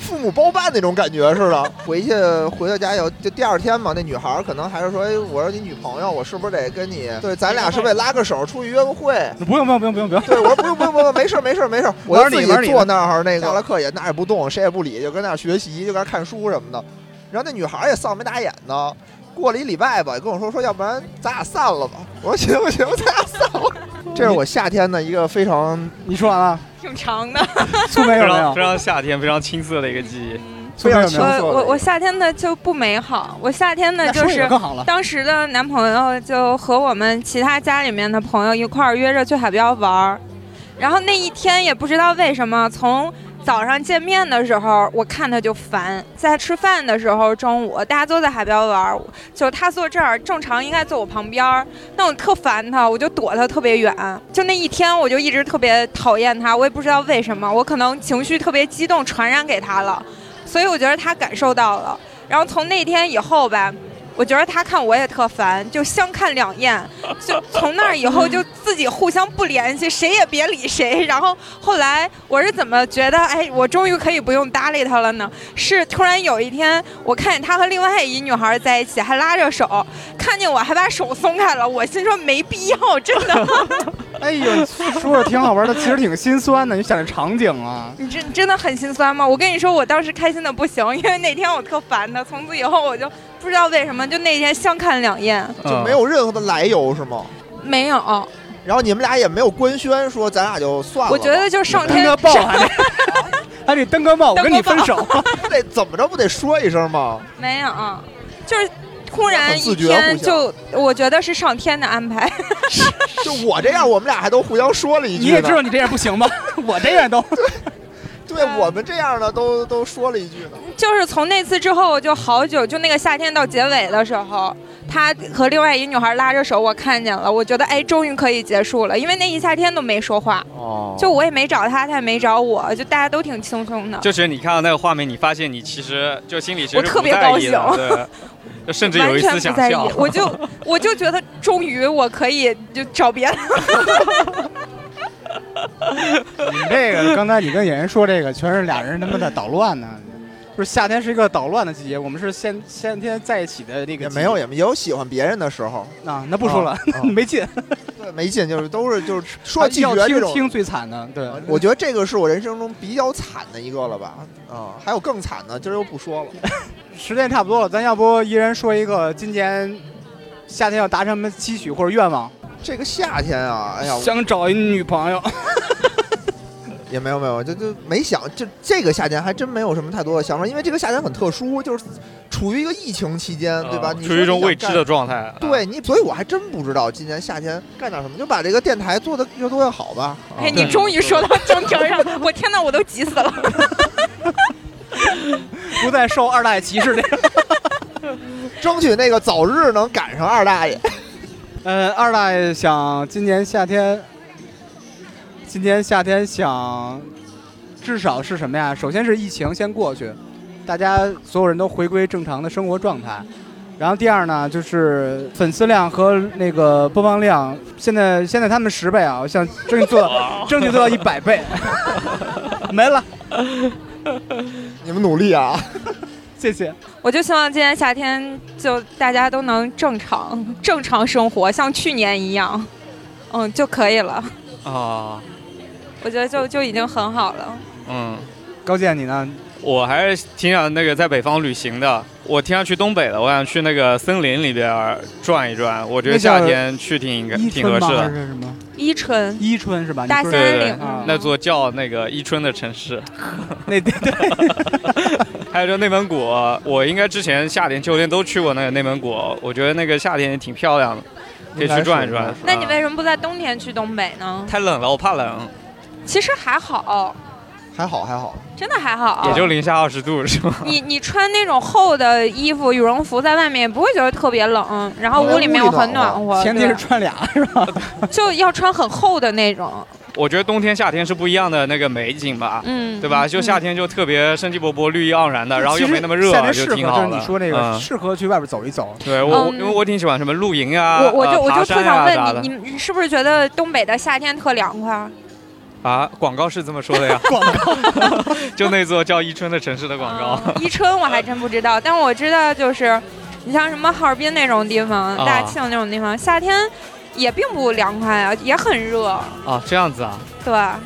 Speaker 3: 父母包办那种感觉似的。回去回到家以后，就第二天嘛，那女孩儿可能还是说，哎，我是你女朋友，我是不是得跟你对，咱俩是不是得拉个手出去约个会？
Speaker 4: 不用不用不用不用不用，
Speaker 3: 对，我说不用不用不用，没事儿没事儿没事儿，我就自己
Speaker 4: 玩儿你玩儿
Speaker 3: 坐那儿那个下了课也那儿也不动，谁也不理，就跟那儿学习，就跟那儿看书什么的。然后那女孩儿也丧眉打眼呢。过了一礼拜吧，跟我说说，要不然咱俩散了吧。 我说行行，咱俩散了。这是我夏天的一个非常
Speaker 4: 你说完了，
Speaker 7: 挺长的，
Speaker 4: 苏梅有
Speaker 2: 非
Speaker 4: 没
Speaker 2: 常
Speaker 4: 有
Speaker 2: 啊非？常夏天，非常青涩的一个记忆。
Speaker 3: 非常
Speaker 4: 没有
Speaker 3: 清
Speaker 4: 没
Speaker 5: 我
Speaker 3: 澈
Speaker 5: 呃我
Speaker 3: 的。
Speaker 5: 我夏天的就不美好，我夏天的
Speaker 4: 那
Speaker 5: 就
Speaker 4: 说一
Speaker 5: 是啊
Speaker 4: 个更好了。
Speaker 5: 当时的男朋友就和我们其他家里面的朋友一块儿约着去海边玩儿，然后那一天也不知道为什么，从早上见面的时候我看他就烦，在吃饭的时候中午大家都在海边玩儿，就他坐这儿，正常应该坐我旁边儿，那我特烦他，我就躲他特别远，就那一天我就一直特别讨厌他，我也不知道为什么，我可能情绪特别激动传染给他了，所以我觉得他感受到了，然后从那天以后吧。我觉得他看我也特烦，就相看两厌，就从那儿以后 就自己互相不联系，谁也别理谁。然后后来我是怎么觉得，哎，我终于可以不用搭理他了呢？是突然有一天，我看见他和另外一女孩在一起，还拉着手，看见我还把手松开了，我心说没必要，真 的，
Speaker 4: 哎呦，说着挺好玩的，其实挺心酸的。你想这场景啊，
Speaker 5: 你真真的很心酸吗？我跟你说，我当时开心的不行，因为那天我特烦他，从此以后我就不知道为什么，就那天相看两厌，
Speaker 2: 嗯
Speaker 3: 就没有任何的来由是吗？
Speaker 5: 没有，
Speaker 3: 然后你们俩也没有官宣说咱俩就算了吧。
Speaker 5: 我觉得就 上
Speaker 4: 登
Speaker 5: 天
Speaker 4: 个报还得还得登个报，我跟你分手。
Speaker 3: 得怎么着不得说一声吗？
Speaker 5: 没有，就是突然
Speaker 3: 很
Speaker 5: 一
Speaker 3: 自觉
Speaker 5: 天
Speaker 3: 互相
Speaker 5: 就，我觉得是上天的安排。
Speaker 3: 就我这样，我们俩还都互相说了一
Speaker 4: 你
Speaker 3: 句
Speaker 4: 也知
Speaker 3: 呢。
Speaker 4: 道你这样不行吧？ 我这样都
Speaker 3: 对我们这样的都都说了一句呢。
Speaker 5: 就是从那次之后，我就好久，就那个夏天到结尾的时候，他和另外一女孩拉着手，我看见了，我觉得哎，终于可以结束了，因为那一夏天都没说话，
Speaker 3: 哦
Speaker 5: 就我也没找他，他也没找我，就大家都挺轻松的，
Speaker 2: 就是你看到那个画面，你发现你其实就心里其实
Speaker 5: 啊我
Speaker 2: 是
Speaker 5: 特
Speaker 2: 不
Speaker 5: 别
Speaker 2: 在
Speaker 5: 高
Speaker 2: 意的
Speaker 5: 兴
Speaker 2: 对， 就甚至有
Speaker 5: 完
Speaker 2: 一
Speaker 5: 全
Speaker 2: 丝
Speaker 5: 不
Speaker 2: 想
Speaker 5: 在意
Speaker 2: 笑。，
Speaker 5: 我就 我就觉得终于我可以就找别的
Speaker 2: 哦
Speaker 4: 你这个刚才你跟演员说这个，全是俩人他妈的捣乱 呢。就是夏天是一个捣乱的季节，我们是先先天在一起的那个季
Speaker 3: 也
Speaker 4: 节
Speaker 3: 没有，也没也有喜欢别人的时候，
Speaker 4: 啊，那不说了，
Speaker 3: 啊
Speaker 4: 没劲。啊
Speaker 3: 对，没劲，就是都是就是 说拒
Speaker 4: 要
Speaker 3: 绝这
Speaker 4: 听
Speaker 3: 种。
Speaker 4: 听最惨的，对，
Speaker 3: 我觉得这个是我人生中比较惨的一个了吧，啊，还有更惨的，今儿又不说了。
Speaker 4: 时间差不多了，咱要不一人说一个今年夏天要达成什么期许或者愿望？
Speaker 3: 这个夏天啊，哎呀，
Speaker 4: 想找一女朋 友，
Speaker 3: 也没有没有，就就没想，这这个夏天还真没有什么太多的想法，因为这个夏天很特殊，就是处于一个疫情期间，嗯对吧？
Speaker 2: 呃处
Speaker 3: 你说
Speaker 2: 于一种
Speaker 3: 你想
Speaker 2: 未知
Speaker 3: 干
Speaker 2: 的状态。
Speaker 3: 对你，所以我还真不知道今年夏天干点什么，就把这个电台做的越多越好吧。啊
Speaker 5: 哎，你
Speaker 2: 对哦
Speaker 5: 终于说到正题上，我天哪，我都急死了。
Speaker 4: 不再受二代歧视这个。
Speaker 3: 争取那个早日能赶上二大爷。
Speaker 4: 呃，二代想今年夏天，今年夏天想，至少是什么呀？首先是疫情先过去，大家所有人都回归正常的生活状态。然后第二呢，就是粉丝量和那个播放量，现在现在他们十倍啊，我想争取做 到争取做到一百倍，没了，
Speaker 3: 你们努力啊！
Speaker 4: 谢谢。
Speaker 5: 我就希望今年夏天就大家都能正常 正常生活，像去年一样，嗯就可以了。
Speaker 2: 啊，
Speaker 5: 我觉得就就已经很好了。
Speaker 2: 嗯，
Speaker 4: 高健，你呢？
Speaker 2: 我还是挺想那个在北方旅行的。我挺想去东北的，我想去那个森林里边儿转一转。我觉得
Speaker 4: 那叫
Speaker 2: 夏天去挺
Speaker 4: 伊
Speaker 2: 挺合
Speaker 4: 春吗？
Speaker 2: 适
Speaker 4: 还
Speaker 2: 的。
Speaker 4: 是什么？
Speaker 5: 伊春、嗯
Speaker 4: 伊春是吧？你
Speaker 5: 大
Speaker 4: 说
Speaker 5: 兴
Speaker 4: 是
Speaker 5: 安
Speaker 2: 对
Speaker 5: 岭
Speaker 2: 对
Speaker 4: 对，
Speaker 2: 那座叫那个伊春的城市，
Speaker 4: 那对 对，
Speaker 2: 还有就内蒙古，我应该之前夏天、秋天都去过那个内蒙古，我觉得那个夏天也挺漂亮的，可以去转一转。
Speaker 5: 那你
Speaker 2: 啊
Speaker 5: 为什么不在冬天去东北呢？
Speaker 2: 太冷了，我怕冷，
Speaker 5: 其实还好，
Speaker 3: 还好还好，
Speaker 5: 真的还好。
Speaker 2: 也就零下二十度 是吗？
Speaker 5: 你你穿那种厚的衣服，羽绒服在外面也不会觉得特别冷，然后
Speaker 3: 因为
Speaker 5: 屋里面
Speaker 3: 屋
Speaker 5: 又
Speaker 3: 里
Speaker 5: 很
Speaker 3: 暖
Speaker 5: 暖
Speaker 3: 和
Speaker 5: 和，
Speaker 4: 前提是
Speaker 5: 对
Speaker 4: 穿俩是吧？
Speaker 5: 就要穿很厚的那种，
Speaker 2: 我觉得冬天、夏天是不一样的那个美景吧。
Speaker 5: 嗯，
Speaker 2: 对吧？就
Speaker 5: 嗯
Speaker 2: 夏天就特别生机勃勃、绿意盎然啊的，然后
Speaker 4: 嗯其
Speaker 2: 又
Speaker 4: 实
Speaker 2: 没那么热
Speaker 4: 夏，天
Speaker 2: 就
Speaker 4: 适合
Speaker 2: 挺好
Speaker 4: 就
Speaker 2: 的。
Speaker 4: 是你说那个
Speaker 2: 嗯
Speaker 4: 适合去外边走一走，
Speaker 2: 对我，我
Speaker 5: 嗯
Speaker 2: 因为我挺喜欢什么露营啊，
Speaker 5: 我我就
Speaker 2: 呃
Speaker 5: 我
Speaker 2: 爬
Speaker 5: 就特
Speaker 2: 山
Speaker 5: 想
Speaker 2: 啊啥
Speaker 5: 问
Speaker 2: 的
Speaker 5: 你，你你是不是觉得东北的夏天特凉 快？
Speaker 2: 啊，广告是这么说的呀，广告 就那座叫伊春的城市的广告。
Speaker 5: 啊伊春我还真不知道，但我知道就是，你像什么哈尔滨那种地方，
Speaker 2: 啊
Speaker 5: 大庆那种地方，夏天也并不凉快啊，也很热，
Speaker 2: 啊，这样子啊。
Speaker 5: 对吧？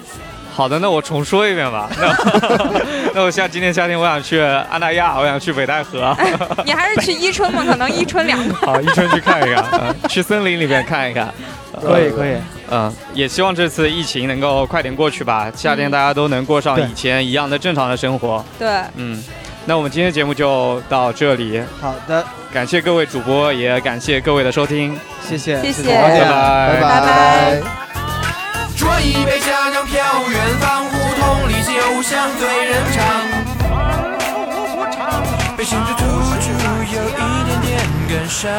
Speaker 2: 好的，那我重说一遍吧。 那那我下今年夏天我想去安那亚，我想去北戴河，啊
Speaker 5: 你还是去伊春吧，可能伊春凉快。
Speaker 2: 好，伊春去看一看， 嗯，去森林里面看一看。
Speaker 4: 可以可以。
Speaker 2: 嗯，也希望这次疫情能够快点过去吧，夏天大家都能过上
Speaker 4: 对
Speaker 2: 以前一样的正常的生活。
Speaker 5: 对，
Speaker 2: 嗯，那我们今天节目就到这里，
Speaker 4: 好的，
Speaker 2: 感谢各位主播，也感谢各位的收听，
Speaker 4: 谢谢，
Speaker 5: 谢谢
Speaker 4: 再
Speaker 2: 拜
Speaker 4: 见
Speaker 2: 拜
Speaker 3: 拜
Speaker 5: 拜
Speaker 6: 酌一杯家乡飘远方，胡同里酒香醉人肠。被行至途处有一点点感伤。